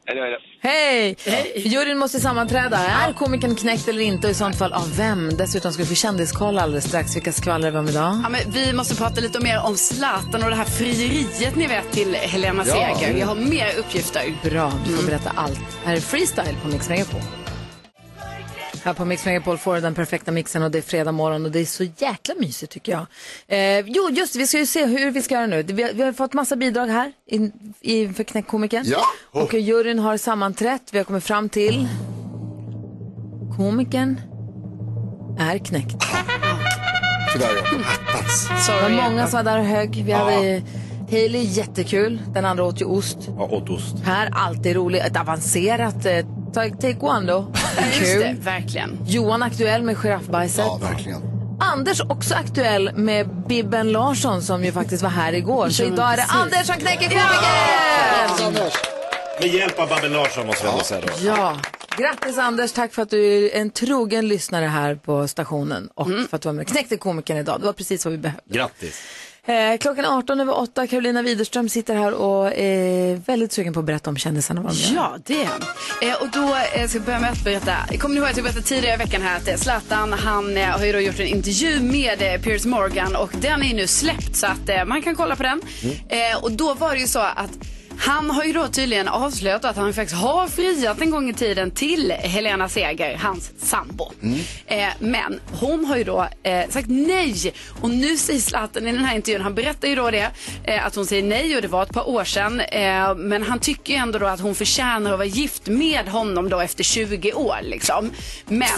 S11: Eller, eller,
S1: Hej! Juryn måste sammanträda. Är komikern knäckt eller inte? Och i sånt fall av vem? Dessutom ska vi få kändiskoll alldeles strax. Vilka skvallrar vi om idag?
S4: Ja, men vi måste prata lite mer om Zlatan och det här frieriet ni vet till Helena Seger. Jag har mer uppgifter.
S1: Bra, du får berätta allt. Här är Freestyle på Mix Megapol. Här på Mix Megapol får du den perfekta mixen och det är fredag morgon och det är så jäkla mysigt tycker jag. Eh, jo, just det, vi ska ju se hur vi ska göra nu. Vi har, vi har fått massa bidrag här in, inför knäckkomikern.
S3: Ja.
S1: Och juryn har sammanträtt. Vi har kommit fram till komikern är knäckt.
S3: Sådär Jakob.
S1: Det var
S4: Sorry.
S1: många som var där och högg. Vi hade Hailey, jättekul. Den andra åt ju ost.
S5: Ja, åt ost.
S1: Per, alltid rolig. Ett avancerat eh, ta- taekwondo.
S4: [laughs] Just det,
S1: Kul.
S4: verligen.
S1: Johan aktuell med giraffbajset.
S3: Ja, verkligen.
S1: Anders också aktuell med Bibben Larsson som ju faktiskt var här igår. Så idag är det Anders som knäcker komikern!
S3: Anders.
S5: Med hjälp av Babben Larsson måste jag ändå säga då.
S1: Ja. Grattis Anders, tack för att du är en trogen lyssnare här på stationen och
S4: Mm.
S1: för att du var med och knäckte komikern idag. Det var precis vad vi behövde.
S5: Grattis.
S1: Eh, klockan är 18 över 8, Carolina Widerström sitter här och är väldigt sugen på att berätta om kändisarna. Vad de gör.
S4: Ja, det är han. eh, Och då eh, ska jag börja med att berätta. Kommer ni ihåg att jag berättade tidigare i veckan här att eh, Zlatan, han eh, har ju då gjort en intervju med eh, Piers Morgan och den är ju nu släppt så att eh, man kan kolla på den. Eh, och då var det ju så att han har ju då tydligen avslöjat att han faktiskt har friat en gång i tiden till Helena Seger, hans sambo. Eh, men hon har ju då eh, sagt nej. Och nu säger Zlatan i den här intervjun, han berättar ju då det, eh, att hon säger nej och det var ett par år sedan. Eh, men han tycker ju ändå då att hon förtjänar att vara gift med honom då efter 20 år liksom. Men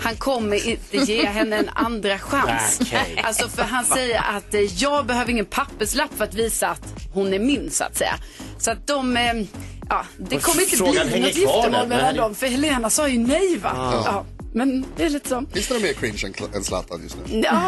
S4: han kommer inte ge henne en andra chans.
S5: Okej.
S4: Alltså för han säger att eh, jag behöver ingen papperslapp för att visa att hon är min så att säga. Så att de, eh, ja det
S5: Och
S4: kommer inte
S5: frågan
S4: bli
S5: hänger
S4: något
S5: kvar
S4: giftermål
S5: där,
S4: mellan
S5: men-
S4: dem för Helena sa ju nej va. Ja, men det är lite så.
S3: Visst är de mer cringe än Kla- än Zlatan just nu?
S5: [laughs]
S4: Ja.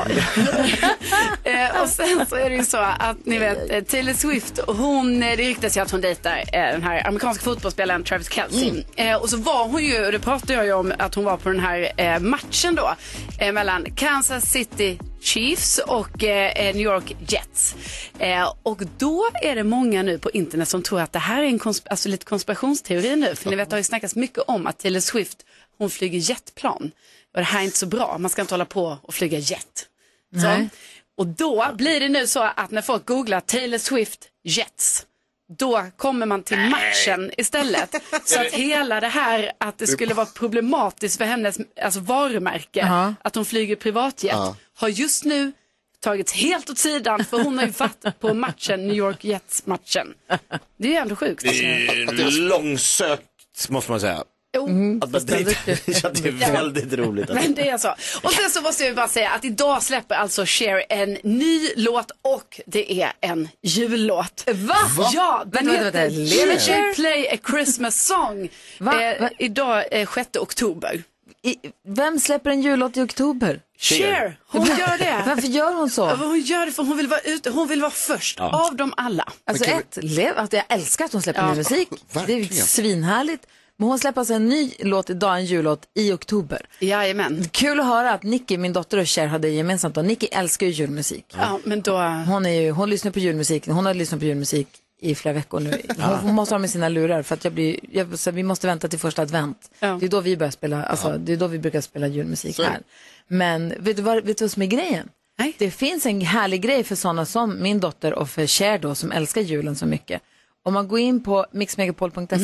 S4: Eh, och sen så är det ju så att ni vet eh, Taylor Swift, hon, eh, det ryktas ju att hon dejtar eh, den här amerikanska fotbollsspelaren Travis Kelce. Eh, och så var hon ju, och det pratade jag ju om, att hon var på den här eh, matchen då eh, mellan Kansas City Chiefs och eh, New York Jets. Eh, och då är det många nu på internet som tror att det här är en konsp- alltså lite konspirationsteori nu. För ni vet, det har ju snackats mycket om att Taylor Swift, hon flyger jetplan. Och det här är inte så bra, man ska inte hålla på och flyga jet. Så. Och då blir det nu så att när folk googlar Taylor Swift Jets, då kommer man till matchen [laughs] istället. Så att hela det här att det skulle vara problematiskt för hennes alltså varumärke, att hon flyger privatjet, har just nu tagits helt åt sidan för hon har ju varit på
S5: Alltså,
S4: matchen, New York Jets-matchen. Det är ju ändå sjukt.
S5: Det är ju långsökt måste man säga.
S4: Jo,
S5: Att man dejtar- [laughs] ja, det är väldigt roligt. Alltså.
S4: Men det är så. Och sen så måste jag bara säga att idag släpper alltså Cher en ny låt och det är en jullåt. Va? Ja, den
S1: Vänta, vänta, vänta.
S4: heter
S1: Lever
S4: Let
S1: Cher?
S4: me play a Christmas song.
S1: Va?
S4: Eh,
S1: Va?
S4: Idag är 6 oktober.
S1: Vem släpper en jullåt i oktober?
S4: Cher, hon gör det.
S1: [laughs] Varför gör hon så?
S4: Ja, men Hon gör det för hon vill vara ute, hon vill vara först
S1: Ja.
S4: av dem alla.
S1: Alltså ett, lev, att jag älskar att hon släpper
S4: Ja. [laughs]
S1: ny musik. Det är ju
S4: Verkligen.
S1: svinhärligt. Men hon släpper alltså en ny låt idag, en jullåt i oktober.
S4: Jajamän.
S1: Kul att höra att Nicky, min dotter och Cher hade gemensamt och Nicky älskar ju julmusik.
S4: Ja, men då...
S1: Hon, är ju, hon lyssnar på julmusik, hon har lyssnat på julmusik i flera veckor nu. Hon
S4: Ja.
S1: måste ha med sina lurar för att jag blir, jag, så vi måste vänta till första advent. Det är då vi börjar spela, alltså, det är då vi brukar spela julmusik
S4: Så är det.
S1: här. Men vet du, vad, vet du vad som är grejen? Det finns en härlig grej för sådana som min dotter och för Cher då som älskar julen så mycket. Om man går in på mixmegapol.se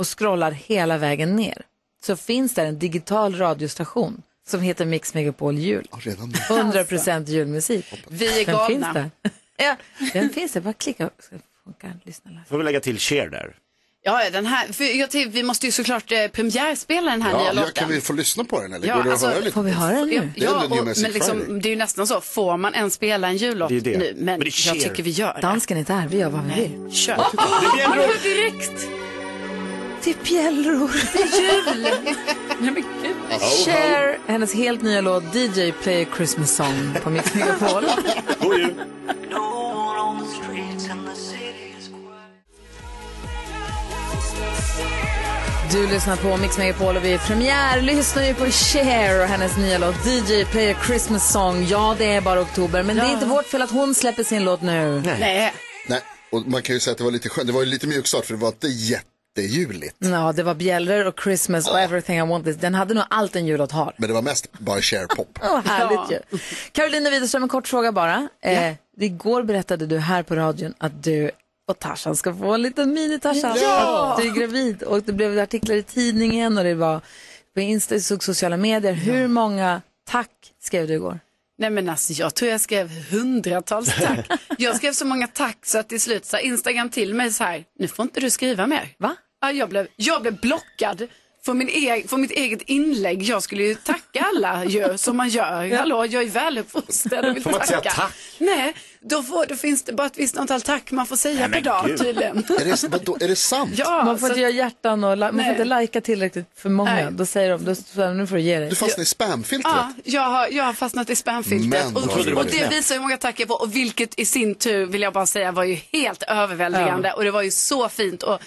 S4: Mm.
S1: och scrollar hela vägen ner så finns där en digital radiostation som heter Mix Megapol Jul. 100% julmusik.
S4: Vi är
S1: Den
S4: galna.
S1: finns där.
S4: [laughs]
S1: Ja, den finns där. Bara klicka. Ska funka. Lyssna live.
S5: Får vi lägga till Cher där?
S4: Ja, ja, den här, för jag, tycker vi måste ju såklart eh, premiärspela den här nya
S3: Ja,
S4: låten.
S3: jag kan vi få lyssna på den eller? Går det att höra lite? Det är
S4: Ja,
S3: ändå New
S4: och, men
S3: Music Friday.
S4: liksom, det är ju nästan så, får man ens spela en jullåt
S3: Det är det.
S4: nu? Men,
S3: Men det är
S4: jag
S3: Cher.
S4: tycker vi gör det.
S1: Dansken är inte här, vi gör vad vi vill.
S4: Kör.
S1: Det blir en
S4: [laughs] Han
S1: roll.
S4: går direkt.
S1: Till pjällror.
S4: [laughs] Till jul.
S1: [laughs]
S4: Nej men gud.
S1: Cher, hennes helt nya låt DJ Play a Christmas Song
S4: [laughs]
S1: på Mix Megapol.
S5: God jul.
S1: Du lyssnar på Mix Megapol och vi är premiär lyssnar ju på Cher och hennes nya låt DJ Play a Christmas Song. Ja, det är bara oktober, men det är inte vårt fel att hon släpper sin låt nu.
S4: Nej.
S3: Nej, och man kan ju säga att det var lite skönt. Det var ju lite mjukstart för det var inte jättejuligt.
S1: Ja, det var bjällror och Christmas och Everything I Want This. Den hade nog allt en jullåt har.
S3: Men det var mest
S1: [laughs]
S3: bara Cher-pop.
S1: Åh, härligt ju. Carolina Widerström, en kort fråga bara. Eh, Igår berättade du här på radion att du och Tarzan ska få en liten mini-Tarzan.
S4: Ja!
S1: Att Du är gravid och det blev artiklar i tidningen och det var på Insta, jag såg sociala medier. Hur många tack skrev du igår?
S4: Nej men alltså jag tror jag skrev hundratals tack. Jag skrev så många tack så att till slut sa Instagram till mig så här, nu får inte du skriva mer.
S1: Va?
S4: Ja, jag, blev, jag blev blockad för, min e- för mitt eget inlägg. Jag skulle ju tacka alla ju, som man gör. Hallå, jag är väluppfostrad och vill
S5: Får man inte
S4: tacka.
S5: säga tack?
S4: Nej, då, får, då finns det bara ett visst antal tack man får säga per dag tydligen.
S3: Är det, vadå, är det sant?
S4: Ja,
S1: man får
S4: så-
S1: inte göra hjärtan och la- man får
S4: Nej.
S1: inte lajka tillräckligt för många.
S4: Nej.
S1: Då säger de, då, så, nu får du ge dig.
S3: Du fastnade i spamfiltret.
S4: Ja, jag har, jag har fastnat i
S3: Men
S4: spamfiltret
S3: vad
S4: och, och det
S3: roligt.
S4: visar hur många tack jag får och vilket i sin tur vill jag bara säga var ju helt överväldigande
S1: Ja.
S4: och det var ju så fint och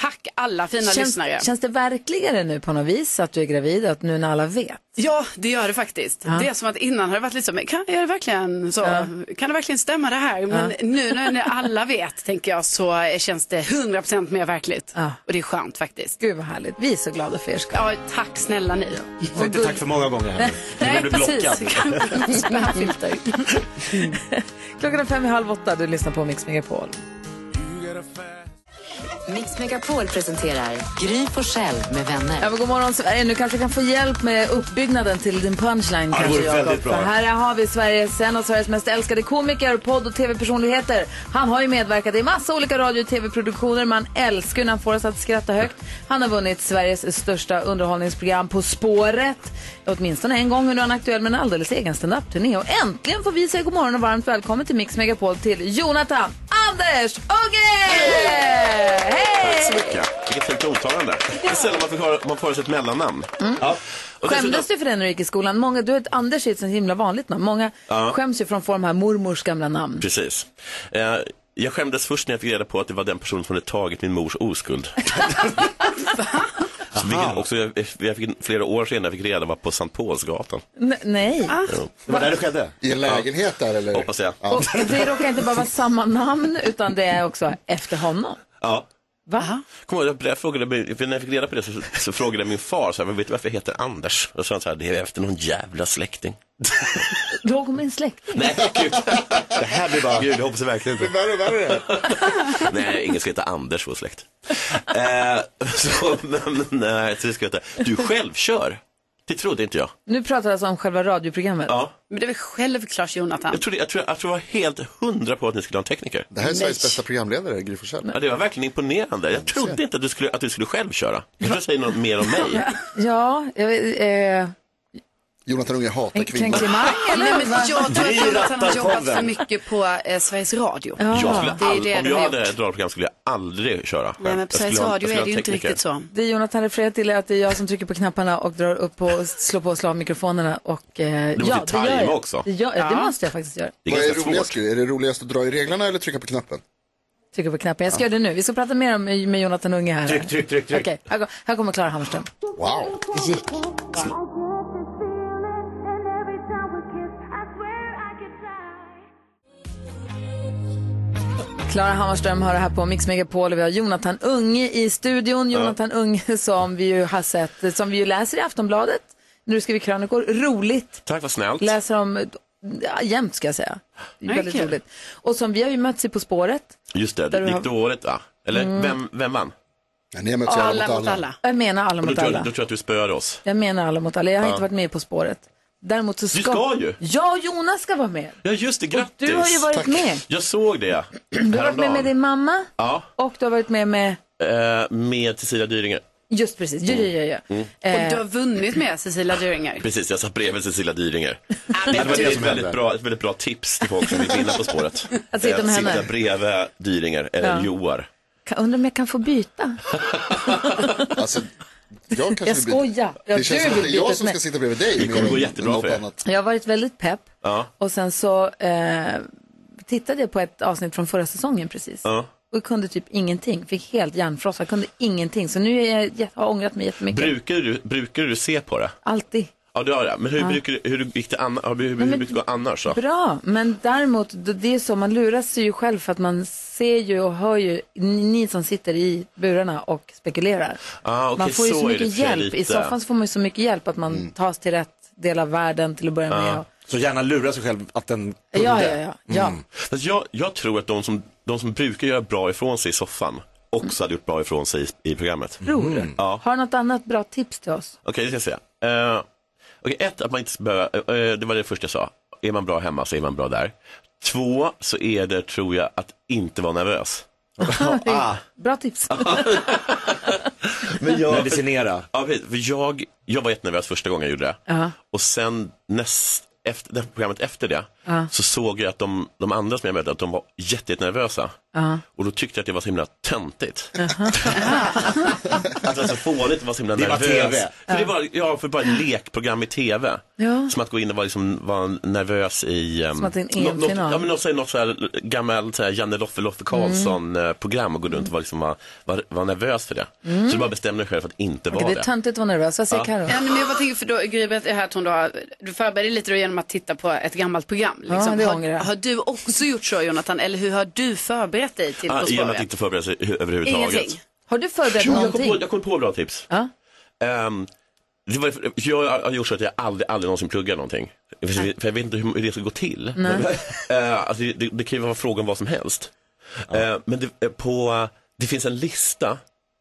S4: tack alla fina
S1: känns,
S4: lyssnare.
S1: känns det verkligare nu på något vis att du är gravid, att nu när alla vet?
S4: Ja, det gör det faktiskt.
S1: Ja.
S4: Det är som att innan har det varit lite så, men kan, är det verkligen så? kan det verkligen stämma det här? Men
S1: Ja.
S4: nu när, när alla vet, tänker jag, så känns det 100% mer verkligt. Och det är skönt faktiskt.
S1: Gud vad härligt. Vi är så glada för er skull.
S4: Ja, tack snälla ni.
S5: Säg inte tack för många gånger [laughs] här nu.
S4: Nej,
S5: Jag blir
S4: precis.
S1: [laughs]
S5: blockad.
S4: Spamfilter.
S1: Klockan är fem i halv åtta, du lyssnar på Mix Megapol.
S2: Mix Megapol presenterar Gry på själv med vänner.
S1: Ja, men god morgon Sverige, nu kanske kan få hjälp med uppbyggnaden till din punchline.
S2: det
S1: kanske,
S2: vore
S1: Jakob.
S2: väldigt bra.
S1: För här har vi Sveriges, en av Sveriges mest älskade komiker, podd och tv-personligheter. Han har ju medverkat i massa olika radio och tv-produktioner. Man älskar ju när han får oss att skratta högt. Han har vunnit Sveriges största underhållningsprogram På spåret. Åtminstone en gång under en aktuell men alldeles egen standup-turné. Och äntligen får vi säga god morgon och varmt välkommen till Mix Megapol till Jonathan Anders Unge!
S12: Tack så mycket. Vilket fint ordförande. Det är sällan man får höra- man får höra sitt mellannamn. Ja. Och dessutom-
S1: Skämdes du för det när du gick i skolan? Många, du vet, Anders är ett så himla vanligt namn. Många
S12: Ja.
S1: skäms ju från att få de här mormors gamla namn.
S12: Precis. Eh, jag skämdes först när jag fick reda på att det var den personen som hade tagit min mors oskuld. Så vilket
S5: Ah.
S12: också, jag, jag fick, flera år senare fick reda på på Sankt Paulsgatan.
S1: N- nej.
S12: Jo.
S1: Det var där det
S5: skedde?
S3: I en lägenhet där eller?
S12: Hoppas jag.
S1: Och det råkar inte bara vara samma namn, utan det är också efter honom.
S12: Ja.
S1: Va?
S12: Kommer ihåg, jag frågade, min- för när jag fick reda på det så, så frågade jag min far, så här, "Men vet du varför jag heter Anders? Och så sa han så här, det är efter någon jävla släkting.
S1: Då kommer en släkting.
S12: Nej, gud. Det här blir bara... Gud, jag hoppas jag verkligen inte.
S3: Värre, värre.
S12: Nej, ingen ska heta Anders, vår släkt. Eh, så, men, nej, så ska jag heta. Du själv kör. Det trodde inte jag.
S1: Nu pratar alltså om själva radioprogrammet.
S12: Ja.
S4: [laughs] Men det är väl självklart Jonathan.
S12: Jag trodde, jag, trodde, jag, trodde jag var helt hundra på att ni skulle ha en tekniker.
S3: Det här är Sveriges bästa programledare, Gry Forssell.
S12: Ja, det var verkligen imponerande. Jag trodde inte att du skulle, att du skulle själv köra. Jag tror du säger något mer om mig.
S1: Ja, jag vet, eh,
S3: Jonathan Unge hatar
S1: en
S3: kvinnor.
S1: kränklimang
S4: Nej, men jag tror att
S12: Vi
S4: Jonathan har
S12: rattar
S4: jobbat
S12: podden.
S4: för mycket på eh, Sveriges Radio.
S12: Jag skulle
S4: det är
S12: aldrig,
S4: det
S12: om
S4: du
S12: jag
S4: har
S12: hade
S4: gjort.
S12: ett radioprogram skulle jag aldrig köra själv.
S4: Nej, men
S12: Jag
S4: på Sveriges
S12: skulle ha- jag
S4: Radio
S12: skulle
S4: är
S12: ha
S4: det ju
S12: en
S4: inte
S12: tekniker.
S4: riktigt så.
S1: Det Jonathan refererar till är att det är jag som trycker på knapparna och drar upp och slår på och slår av mikrofonerna. Och, eh,
S3: måste
S1: ja, det gör
S3: tajma
S1: jag.
S3: också.
S1: Det, gör, ja. det
S3: Ja.
S1: måste jag faktiskt göra.
S3: Vad är roligast? Gry? Är det roligast att dra i reglerna eller trycka på knappen?
S1: Trycker på knappen. Jag ska göra det nu. Vi ska prata mer om, med Jonathan Unge här.
S3: Tryck, tryck, tryck, tryck.
S1: Okej, här, går- här kommer Klara Hammarström.
S3: Wow.
S1: Klara Hammarström har det här på Mix Megapol och vi har Jonathan Unge i studion. Jonathan Unge [laughs] som vi ju har sett, som vi ju läser i Aftonbladet. Nu skriver krönikor. Roligt.
S12: Tack, vad snällt.
S1: Läser om ja, jämt ska jag säga.
S12: Nej,
S1: Väldigt
S12: kul.
S1: roligt. Och som vi har ju mötts i På spåret.
S12: Just det,
S1: Där du
S12: det
S1: har-
S12: gick dåligt va? Eller
S1: Mm.
S12: vem, vem vann?
S3: Ja, ni har
S1: mötts i Alla Alla mot mot alla. alla. Jag menar Alla mot alla.
S12: Då tror jag att du spöade oss.
S1: Jag menar alla mot alla. Jag har
S12: Ja.
S1: inte varit med i På spåret. Däremot så ska...
S12: Du ska ju.
S1: Jag och Jonas ska vara med.
S12: Ja, just det, grattis.
S1: du har ju varit
S12: Tack.
S1: med.
S12: Jag såg det.
S1: Du har varit med med din mamma
S12: Ja,
S1: och du har varit med med...
S12: eh, med Cecilia Dyringer.
S1: Just precis. Ja, ja, ja, ja.
S12: Mm.
S4: Och du har vunnit med Cecilia Dyringer.
S12: Precis, jag satt bredvid Cecilia Dyringer. Det var
S4: du-
S12: ett väldigt bra, ett väldigt bra tips till folk som vill vinna
S1: [laughs]
S12: På spåret.
S1: Att sitta med
S12: Eh,
S1: henne.
S12: Sitta bredvid Dyringer, eller
S1: Ja.
S12: Joar.
S1: Kan- Undrar om jag kan få byta?
S3: Alltså, Jag, kanske
S1: Jag
S3: vill byta.
S1: skojar. Ja,
S3: Det känns
S1: du
S3: som
S1: vill
S3: att det är
S1: byta
S3: jag som
S1: med.
S3: ska sitta bredvid dig.
S12: Det kommer
S3: mer
S12: gå
S3: än
S12: jättebra
S3: något
S12: för er.
S3: annat.
S1: Jag har varit väldigt pepp
S12: Ja.
S1: och sen så eh, tittade jag på ett avsnitt från förra säsongen precis.
S12: Ja.
S1: Och kunde typ ingenting. Fick helt hjärnfrossa. Kunde ingenting. Så nu är jag, jä- har jag ångrat mig jättemycket.
S12: Brukar, du, brukar du se på det?
S1: Alltid.
S12: Ja, du har det. Men hur,
S1: Ja.
S12: brukar, du- hur gick det, an, hur, hur,
S1: Nej, men-
S12: brukar det gå annars? Då?
S1: Bra, men däremot, d- det är så, man lurar sig ju själv för att man ser ju och hör ju ni, ni som sitter i burarna och spekulerar.
S12: Ah, okej,
S1: man får ju så,
S12: är det
S1: mycket
S12: för sig
S1: hjälp, i
S12: lite. Mm.
S1: soffan så får man ju så mycket hjälp att man tas till rätt del av världen till att börja med.
S12: Ja.
S1: Och,
S5: Så gärna lura sig själv att den
S1: ja, ja, ja. ja.
S12: Fast jag, jag tror att de som, de som brukar göra bra ifrån sig i soffan också hade gjort bra ifrån sig i, i programmet.
S1: Tror du?
S12: Ja,
S1: Har du något annat bra tips till oss?
S12: okej det ska jag säga. Eh, okej, ett, att man inte ska behöva, eh, det var det första jag sa. Är man bra hemma så är man bra där. Två, så är det tror jag att inte vara nervös.
S1: [laughs]
S12: ah.
S1: Bra tips.
S12: Men jag,
S5: Medicinera.
S12: Ja, precis. för jag, jag var jättenervös första gången jag gjorde det.
S1: Ja.
S12: Och sen näst, efter, det här programmet efter det
S1: Ja.
S12: så såg jag att de, de andra som jag mötte, att de var jätte- jättenervösa.
S1: Ja.
S12: Och då tyckte jag att det var så himla töntigt. [laughs] att det var så fånigt att vara så himla
S5: Det var
S12: nervös.
S5: TV.
S12: För det var ja, för bara ett lekprogram i TV.
S1: Ja.
S12: Som att gå in och vara, liksom, vara nervös i... ehm,
S1: Som att det är en E
S12: nå- något,
S1: EM-final.
S12: ja, men något, så här, något så här gammalt så här, Janne Loffe Loffe
S1: Mm.
S12: Karlsson-program och gå runt och vara, liksom, vara, vara, vara nervös för det.
S1: Mm.
S12: Så du bara bestämde dig själv för att inte vara
S1: det
S12: det.
S1: är töntigt att vara nervös. Vad säger
S12: Ja.
S1: Karo?
S4: Ja, nej, men jag bara tänker, för då, Gry berättade här att hon då, har- du förberedde lite då genom att titta på ett gammalt program.
S1: Ja,
S4: Liksom.
S1: det ångrar
S4: har,
S1: jag.
S4: har du också gjort så Jonathan, eller hur har du förberett dig till
S12: Ah,
S4: På
S12: genom att
S4: spåret?
S12: inte förbereda sig hu- överhuvudtaget.
S4: Ingenting.
S1: Har du förberett
S12: Jo, jag kom,
S1: någonting?
S12: på, jag kom på bra tips. Ehm, det var, jag har gjort så att jag aldrig, aldrig någonsin pluggar någonting. För, för jag vet inte hur det ska gå till.
S1: Nej.
S12: Eh, alltså, det, det, det kan ju vara fråga om vad som helst. Eh, men det, eh, på, det finns en lista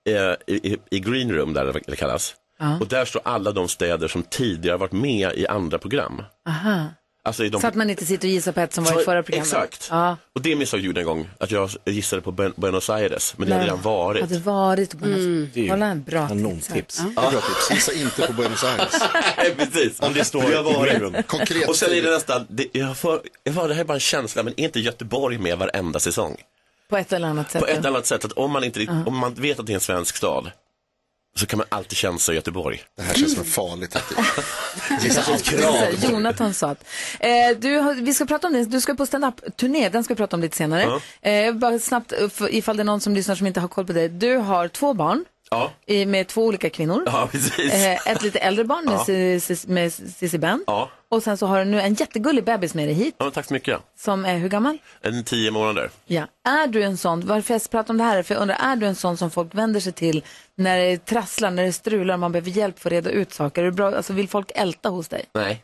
S12: eh, i, i- i Green Room, där det kallas.
S1: Ja.
S12: Och där står alla de städer som tidigare varit med i andra program.
S1: Aha.
S12: Alltså i de
S1: Så att man inte sitter och gissar på ett som var i
S12: Så-
S1: förra programmet.
S12: exakt.
S1: Ja.
S12: Och det misstag gjorde jag en gång, att jag gissade på Ben- Buenos Aires, men det hade
S1: Nej.
S12: redan varit.
S1: Hade varit.
S12: Mm. Det är ju
S1: Kolla en bra tips. här.
S12: kanontips.
S1: Ja.
S12: Ja.
S3: Bra tips. Gissa inte på Buenos Aires.
S12: Nej, precis. Om det
S5: står
S12: jag
S5: i
S12: var
S5: ryggen.
S3: Konkret
S12: [laughs] Och sen är det nästan, det, jag får, jag får, det här är bara en känsla, men är inte Göteborg med varenda säsong?
S1: På ett eller annat sätt.
S12: På ett
S1: ja.
S12: eller annat sätt, att om man, inte, rikt-
S1: Ja.
S12: om man vet att det är en svensk stad, så kan man alltid chansa Göteborg.
S3: Det här känns som en
S1: [laughs]
S3: farlig taktik.
S12: Gissa på ett krav.
S1: Precis, Jonathan sa att. Eh, du, har- vi ska prata om det. Du ska på stand-up-turné. Den ska vi prata om lite senare.
S12: Ja.
S1: Eh, jag vill bara snabbt, eh, för- ifall det är någon som lyssnar som inte har koll på dig. Du har två barn
S12: Ja,
S1: i- med två olika kvinnor.
S12: ja precis.
S1: Eh, ett lite äldre barn med
S12: Ja.
S1: Cissi- med Cissi Benn.
S12: Ja.
S1: Och sen så har du nu en jättegullig bebis med dig hit
S12: ja, men tack så mycket.
S1: som är hur gammal?
S12: En tio månader.
S1: Ja. Är du en sån, varför jag pratar om det här är för jag undrar, är du en sån som folk vänder sig till när det trasslar, när det strular, man behöver hjälp för att reda ut saker? Är du bra, alltså vill folk älta hos dig?
S12: Nej.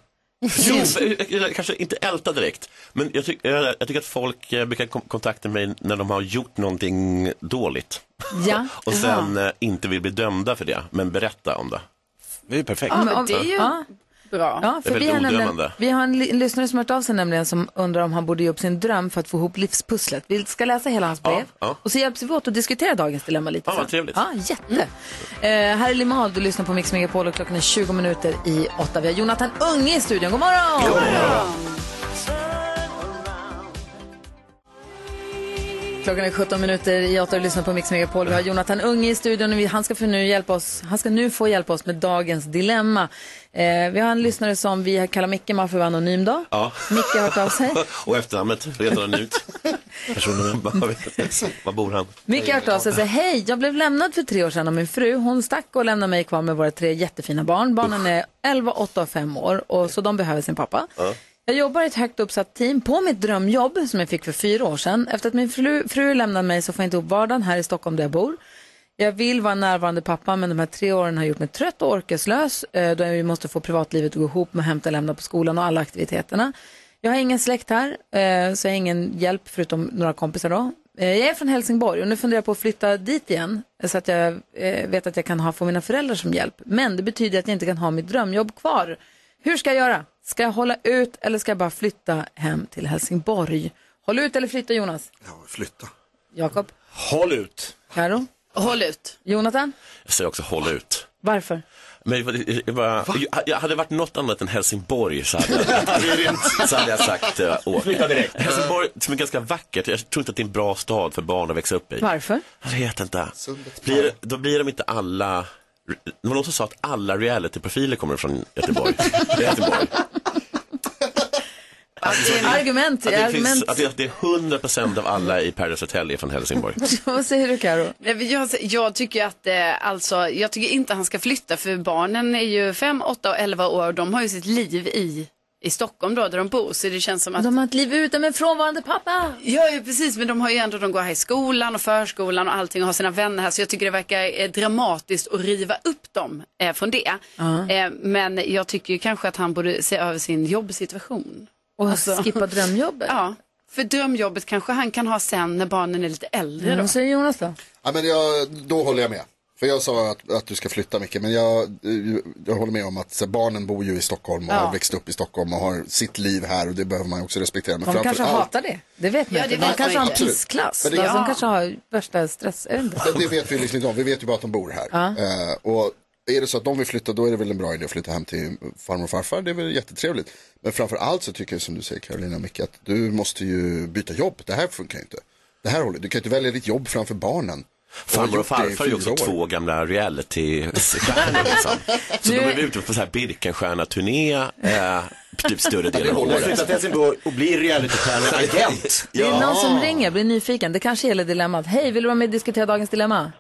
S12: Jo, jag kanske inte älta direkt, men jag, tyck, jag, jag tycker att folk eh, brukar kom- kontakta mig när de har gjort någonting dåligt
S1: Ja.
S12: och sen eh, inte vill bli dömda för det, men berätta om det.
S5: Det är ju perfekt.
S4: Ja, men det är ju bra.
S1: Ja,
S5: Det är
S1: för vi,
S5: väldigt
S1: har nämligen,
S5: odömande.
S1: vi har en, li- en lyssnare som har hört av sig nämligen som undrar om han borde ge upp sin dröm för att få ihop livspusslet. Vi ska läsa hela hans brev
S12: ja.
S1: och så hjälps vi åt att diskutera dagens dilemma lite.
S12: Ja, vad
S1: sen.
S12: trevligt.
S1: Ja, jätte. Eh, här är Limal, du lyssnar på Mix Megapol och klockan är 20 minuter i åtta. Vi har Jonathan Unge i studion. God morgon! God morgon! Klockan är 17 minuter i åtta och du lyssnar på Mix Megapol. Vi har Jonathan Unge i studion och vi- han ska, för nu hjälpa oss, han ska nu få hjälpa oss med dagens dilemma. Eh, vi har en lyssnare som vi kallar Micke, man får vara anonym då.
S12: Ja.
S1: Micke har hört av sig.
S12: Och efternamnet, redan nu.
S3: [laughs]
S12: Var bor han?
S1: Micke har hört av sig och säger, hej, jag blev lämnad för tre år sedan av min fru. Hon stack och lämnade mig kvar med våra tre jättefina barn. Barnen är 11, 8 och 5 år, och, så de behöver sin pappa. Ja. Jag jobbar i ett högt uppsatt team på mitt drömjobb som jag fick för fyra år sedan. Efter att min fru, fru lämnade mig så får jag inte ihop vardagen här i Stockholm där jag bor. Jag vill vara en närvarande pappa men de här tre åren har gjort mig trött och orkeslös eh, då jag ju måste få privatlivet att gå ihop med hämta och lämna på skolan och alla aktiviteterna. Jag har ingen släkt här eh, så jag har ingen hjälp förutom några kompisar då. Eh, Jag är från Helsingborg och nu funderar jag på att flytta dit igen eh, så att jag eh, vet att jag kan ha, få mina föräldrar som hjälp. Men det betyder att jag inte kan ha mitt drömjobb kvar. Hur ska jag göra? Ska jag hålla ut eller ska jag bara flytta hem till Helsingborg? Håll ut eller flytta Jonas?
S3: Flytta.
S1: Jakob?
S12: Håll ut.
S1: Karo?
S4: Håll ut.
S1: Jonathan?
S12: Jag säger också håll ut.
S1: Varför?
S12: Men det var- det var, jag hade det varit något annat än Helsingborg så hade
S3: [laughs]
S12: jag, så hade jag sagt eh, åk.
S5: Flytta direkt.
S12: Helsingborg som är ganska vackert, jag tror inte att det är en bra stad för barn att växa upp i.
S1: Varför?
S12: Jag vet inte. Blir, då blir de inte alla, det var någon som sa att alla realityprofiler kommer från Göteborg. Göteborg.
S1: Argument,
S12: Att det,
S1: argument.
S12: finns, att det, att det är 100% av alla i Paradise Hotel är från Helsingborg.
S1: [laughs] Vad säger du Karo?
S4: Nej, men Jag, jag tycker att eh, alltså, jag tycker inte han ska flytta för barnen är ju 5, 8 och 11 år och de har ju sitt liv i, i Stockholm då där de bor så det känns som att
S1: De har ett liv utan en frånvarande pappa.
S4: Ja, ja, precis, men de har ju ändå, de går här i skolan och förskolan och allting och har sina vänner här så jag tycker det verkar eh, dramatiskt att riva upp dem eh, från det.
S1: Ja.
S4: Eh, men jag tycker ju kanske att han borde se över sin jobbsituation.
S1: Och skippa drömjobbet?
S4: Alltså. Ja, för drömjobbet kanske han kan ha sen när barnen är lite äldre då.
S1: Mm, Vad säger Jonas då?
S3: Ja, men jag, då håller jag med. För jag sa att, att du ska flytta mycket, men jag, eh, jag håller med om att så, barnen bor ju i Stockholm och
S1: Ja.
S3: har växt upp i Stockholm och har sitt liv här och det behöver man ju också respektera.
S1: De
S3: Men framför
S1: kanske
S3: allt-
S1: hatar det. Det vet man
S4: Ja,
S1: inte.
S4: det
S1: De
S4: vet
S1: kanske
S4: man
S1: har en
S4: inte.
S1: pissklass.
S3: Men det-
S1: Alltså,
S3: Ja.
S1: De kanske har värsta stress. Är det
S12: Alltså,
S1: inte?
S3: Det, det vet vi liksom inte om, vi vet ju bara att de bor här. Eh, och är det så att de vill flytta, då är det väl en bra idé att flytta hem till farmor och farfar, det är väl jättetrevligt. Men framför allt så tycker jag som du säger Carolina och Micke, att du måste ju byta jobb, det här funkar ju inte. Det här håller, du kan ju inte välja ditt jobb framför barnen.
S12: Farmor och
S3: Jag har gjort det i
S12: farfar är ju också
S3: fyra år.
S12: två gamla reality-stjärnor liksom. Så
S3: Nu-
S12: de är väl ute på så här Birkenstjärna-turné, eh,
S5: [laughs]
S12: typ större delen av
S5: håller.
S12: året.
S5: Flytta till Helsingborg och bli
S12: [laughs]
S5: realitystjärneagent.
S1: Det är någon som ringer, blir nyfiken. Det kanske gäller dilemmat. Hej, vill du vara med och diskutera dagens dilemma?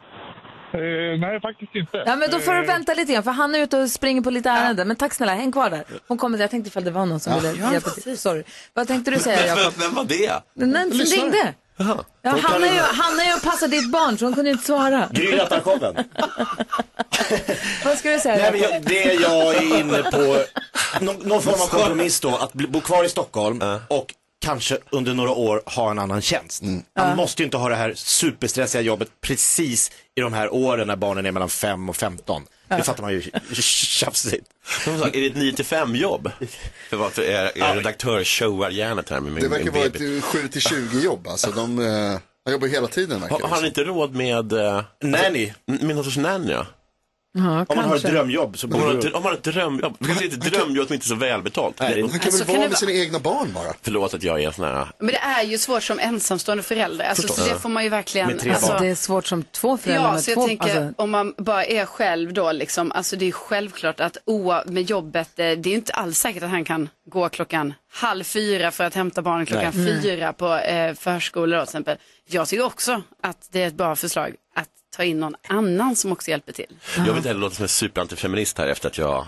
S13: Eh, nej, faktiskt inte.
S1: Ja, men då får du
S13: Eh,
S1: vänta lite grann, för han är ute och springer på lite ärenden. Men tack snälla, häng kvar där. Hon kommer, jag tänkte ifall det var någon som
S12: Ja.
S1: ville
S12: Ja,
S1: hjälpa till. Sorry. Vad tänkte du säga, Jakob?
S12: Vem- Vem var det?
S1: Den som
S12: Lyssnare.
S1: ringde.
S12: Jaha.
S1: Ja, Hanna är ju- Hanna är ju och passar ditt barn, så hon kunde inte svara.
S5: Gryrattarkobben.
S1: Vad ska du säga?
S5: Nej, men
S1: Jakob?
S5: jag, det jag är inne på, någon, någon form av kompromiss då, att bli, bo kvar i Stockholm och kanske under några år ha en annan tjänst.
S12: Mm.
S5: Han
S1: Ja.
S5: måste ju inte ha det här superstressiga jobbet precis i de här åren när barnen är mellan 5 och 15.
S12: Ja.
S5: Det fattar man ju [laughs] tjafsigt.
S12: Som sagt, Är det ett 9 till 5 jobb? För vad är, är redaktör showar hjärnet här med min
S3: Det verkar
S12: min
S3: vara
S12: baby.
S3: ett 7 till 20 jobb, alltså de, eh, de jobbar hela tiden verkar
S12: Har, har han inte råd med... Uh,
S5: nanny?
S12: Alltså, med någon sorts nanny, ja.
S1: Ja,
S5: Om man har ett
S1: kanske.
S5: drömjobb så
S12: Om man har
S5: borde
S12: ett- om man har ett drömjobb, det kanske inte är ett drömjobb som inte är så välbetalt.
S3: Han kan väl vara med sina egna barn bara?
S12: Förlåt att jag är en sån här...
S4: Men det är ju svårt som ensamstående förälder. Alltså,
S12: Förstås.
S4: så det
S12: Ja.
S4: får man ju verkligen...
S12: Med tre
S4: alltså,
S12: barn.
S1: Det är svårt som två föräldrar
S4: Ja,
S1: med
S4: så jag
S1: två.
S4: tänker
S1: alltså,
S4: om man bara är själv då liksom, alltså det är självklart att oa med jobbet, eh, det är ju inte alls säkert att han kan gå klockan halv fyra för att hämta barnen klockan
S1: Nej. Mm.
S4: fyra på eh, förskolor då, till exempel. Jag tycker också att det är ett bra förslag att ta in någon annan som också hjälper till.
S12: Jag vill inte heller låta som en superantifeminist här efter att jag eh,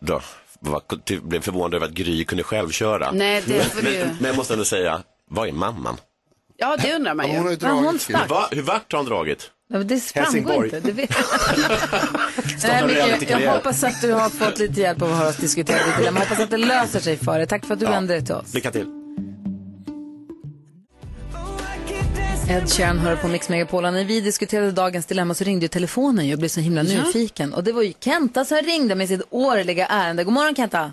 S12: då, var, ty- blev förvånad över att Gry kunde självköra.
S4: Nej, det får
S12: men,
S4: du-
S12: men, men jag måste ändå säga, vad är mamman?
S4: Ja, det undrar man ju.
S12: Hur va- Hur vart har hon dragit?
S1: Nej, men det framgår
S12: Helsingborg.
S1: inte. Det [laughs] vet
S12: Startar
S1: Nej, Micke,
S12: realitykarriär.
S1: jag hoppas att du har fått lite hjälp av att höra oss diskutera ditt dilemma. Jag hoppas att det löser sig för dig. Tack för att du vände dig till oss.
S5: Lycka till.
S1: Ed Sheeran hör på Mix Megapol. Och När vi diskuterade dagens dilemma så ringde ju telefonen. Jag blev så himla
S14: Ja.
S1: nyfiken. Och det var ju Kenta som ringde med sitt årliga ärende. God morgon Kenta!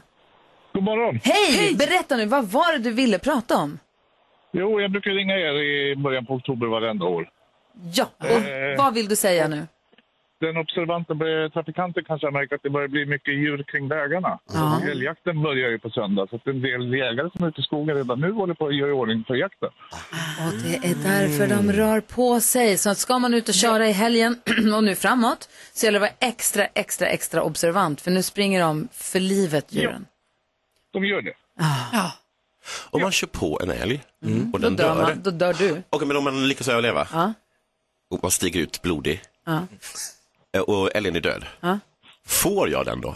S13: God morgon!
S1: Hej! Berätta nu, vad var det du ville prata om?
S13: Jo, jag brukar ringa er i början på oktober varenda år.
S1: Ja, och
S13: Eh.
S1: vad vill du säga nu?
S13: Den observanta be- trafikanten kanske har märkt att det börjar bli mycket djur kring vägarna.
S1: Ja.
S13: Älgjakten börjar ju på söndag, så att en del jägare som är ute i skogen redan nu håller på att göra i ordning för jakten.
S1: Och det är därför de rör på sig. Så att ska man ut och köra i helgen [clears throat] och nu framåt så gäller det att vara extra, extra, extra observant. För nu springer de för livet, djuren.
S13: De gör det.
S12: Om man kör på en älg och
S1: Då
S12: den
S1: dör,
S12: dör.
S1: man, då
S12: [laughs]
S1: dör du.
S12: Och men om man lyckas överleva
S1: Ja.
S12: och man stiger ut blodig
S1: Ja.
S12: eh, och älgen är död.
S1: Ja.
S12: Får jag den då?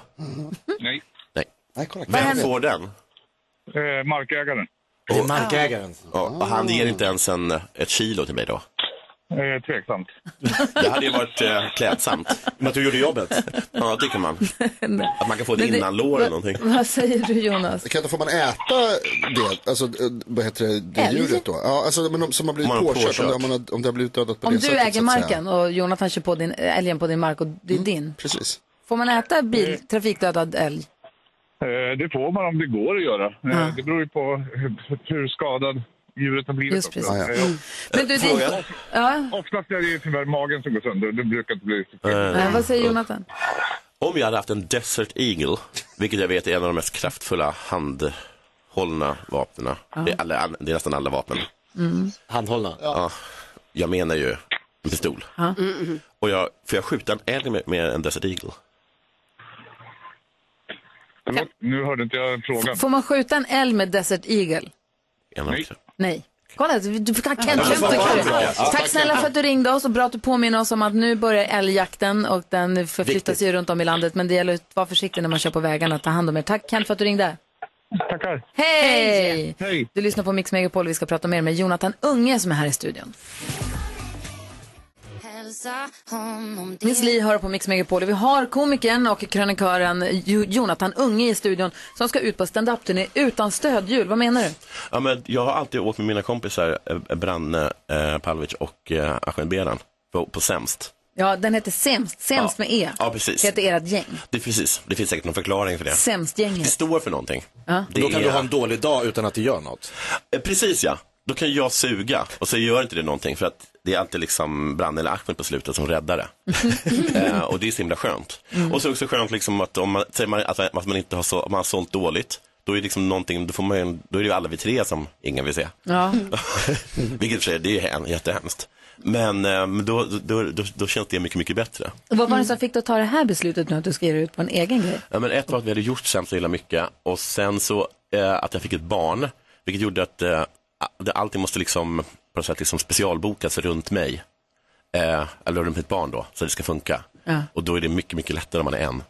S13: Nej.
S12: Nej.
S13: Vad
S12: Vem
S13: händer?
S12: får den?
S13: Eh, markägaren.
S12: Det är
S13: markägaren.
S12: Ja, och han ger inte ens en, ett kilo till mig då?
S13: Eh, tveksamt.
S12: [laughs] Det hade ju varit eh, klädsamt. Men att du gjorde jobbet? Ja, tycker man. Att man kan få det
S1: Men det-
S12: innan lår eller någonting.
S1: Vad säger du Jonas?
S3: Kan inte, får man äta det, alltså eh, vad heter det, det
S1: Älg?
S3: djuret då? Ja, alltså men om, som har blivit
S12: Man har
S3: påkört, om det,
S12: påkört.
S3: om, man har, om det har blivit dödat på
S1: Om
S3: det
S1: du
S12: typ
S3: sättet. så
S1: äger
S3: att säga.
S1: marken och Jonathan kör på din, eh, älgen på din mark och
S12: Mm.
S1: det är din.
S3: Precis.
S1: Får man äta bil, trafikdödad älg?
S13: Eh, det får man om det går att göra. Eh, det beror ju på hur- hur skadad djuret har blivit.
S1: Just
S13: också.
S1: precis.
S13: Eh,
S1: Mm. Men du, det, ja.
S13: Oftast är det ju tyvärr magen som går sönder. Det brukar inte bli så
S1: Nej, Eh, vad säger Jonathan?
S12: Om jag hade haft en Desert Eagle, vilket jag vet är en av de mest kraftfulla handhållna vapnen. Det, är alla, det är nästan alla vapen.
S1: Mm.
S12: Handhållna? Ja. Jag menar ju en pistol.
S1: Ja.
S12: Och jag, får jag skjuta en älg med, med en Desert Eagle?
S13: Förlåt, nu hörde inte jag frågan.
S1: Får man skjuta en älg med Desert Eagle?
S12: En av dem.
S1: Nej. Kolla, du du kan Kent
S12: Ja, men
S1: Kent-
S12: vad bra.
S1: Kent-
S12: Ja,
S1: Tack
S12: tack.
S1: snälla för att du ringde oss och bra att du påminner oss om att nu börjar älgjakten och den förflyttas ju runt om i landet. Men det gäller att vara försiktig när man kör på vägarna, ta hand om er. Tack Kent för att du ringde.
S13: Tackar.
S1: Hej!
S13: Hej!
S1: Du lyssnar på Mix Megapol, vi ska prata mer med Jonathan Unge som är här i studion.
S6: Hälsa honom
S1: Miss Li hör på Mix Megapol och vi har komikern och krönikören Jo- Jonathan Unge i studion som ska ut på stand-up-turné utan stödhjul. Vad menar du?
S12: Ja, men jag har alltid åkt med mina kompisar eh, Branne eh, Pavlovic och eh, Ahmed Beran på, på sämst.
S1: Ja, den heter Sämst, Sämst
S12: Ja.
S1: med E.
S12: Ja, precis.
S1: Heter ert gäng.
S12: Det, precis. det finns säkert någon förklaring för det. Det
S1: Sämstgänget.
S12: står för någonting.
S1: Ja.
S5: Då kan du ha en
S12: dålig dag utan att det gör något. Eh, Precis ja. Då kan jag suga och så gör inte det någonting för att det är alltid liksom Branne eller Ahmed på slutet som räddar det. eh, och det är så himla skönt.
S5: Mm.
S12: Och så är det också skönt liksom att om man säger man att, att man inte har, så, om man har sålt dåligt, då är det liksom någonting, då, får man, ju- då är det ju alla vi tre som ingen vill se.
S1: Ja.
S12: [laughs] Vilket i och för sig, det är hem- jättehemskt. Men eh, men då, då, då, då känns det mycket, mycket bättre.
S1: Och Vad var det som fick dig att ta det här beslutet nu att du ska ge dig ut på en egen grej?
S12: Ja, men ett var att vi hade gjort Sämst så himla mycket och sen så eh, att jag fick ett barn, vilket gjorde att eh, det- allting måste liksom på något sätt liksom specialbokas runt mig. Eh, eller runt mitt barn då, så det ska funka.
S1: Ja.
S12: Och då är det mycket, mycket lättare om man är en.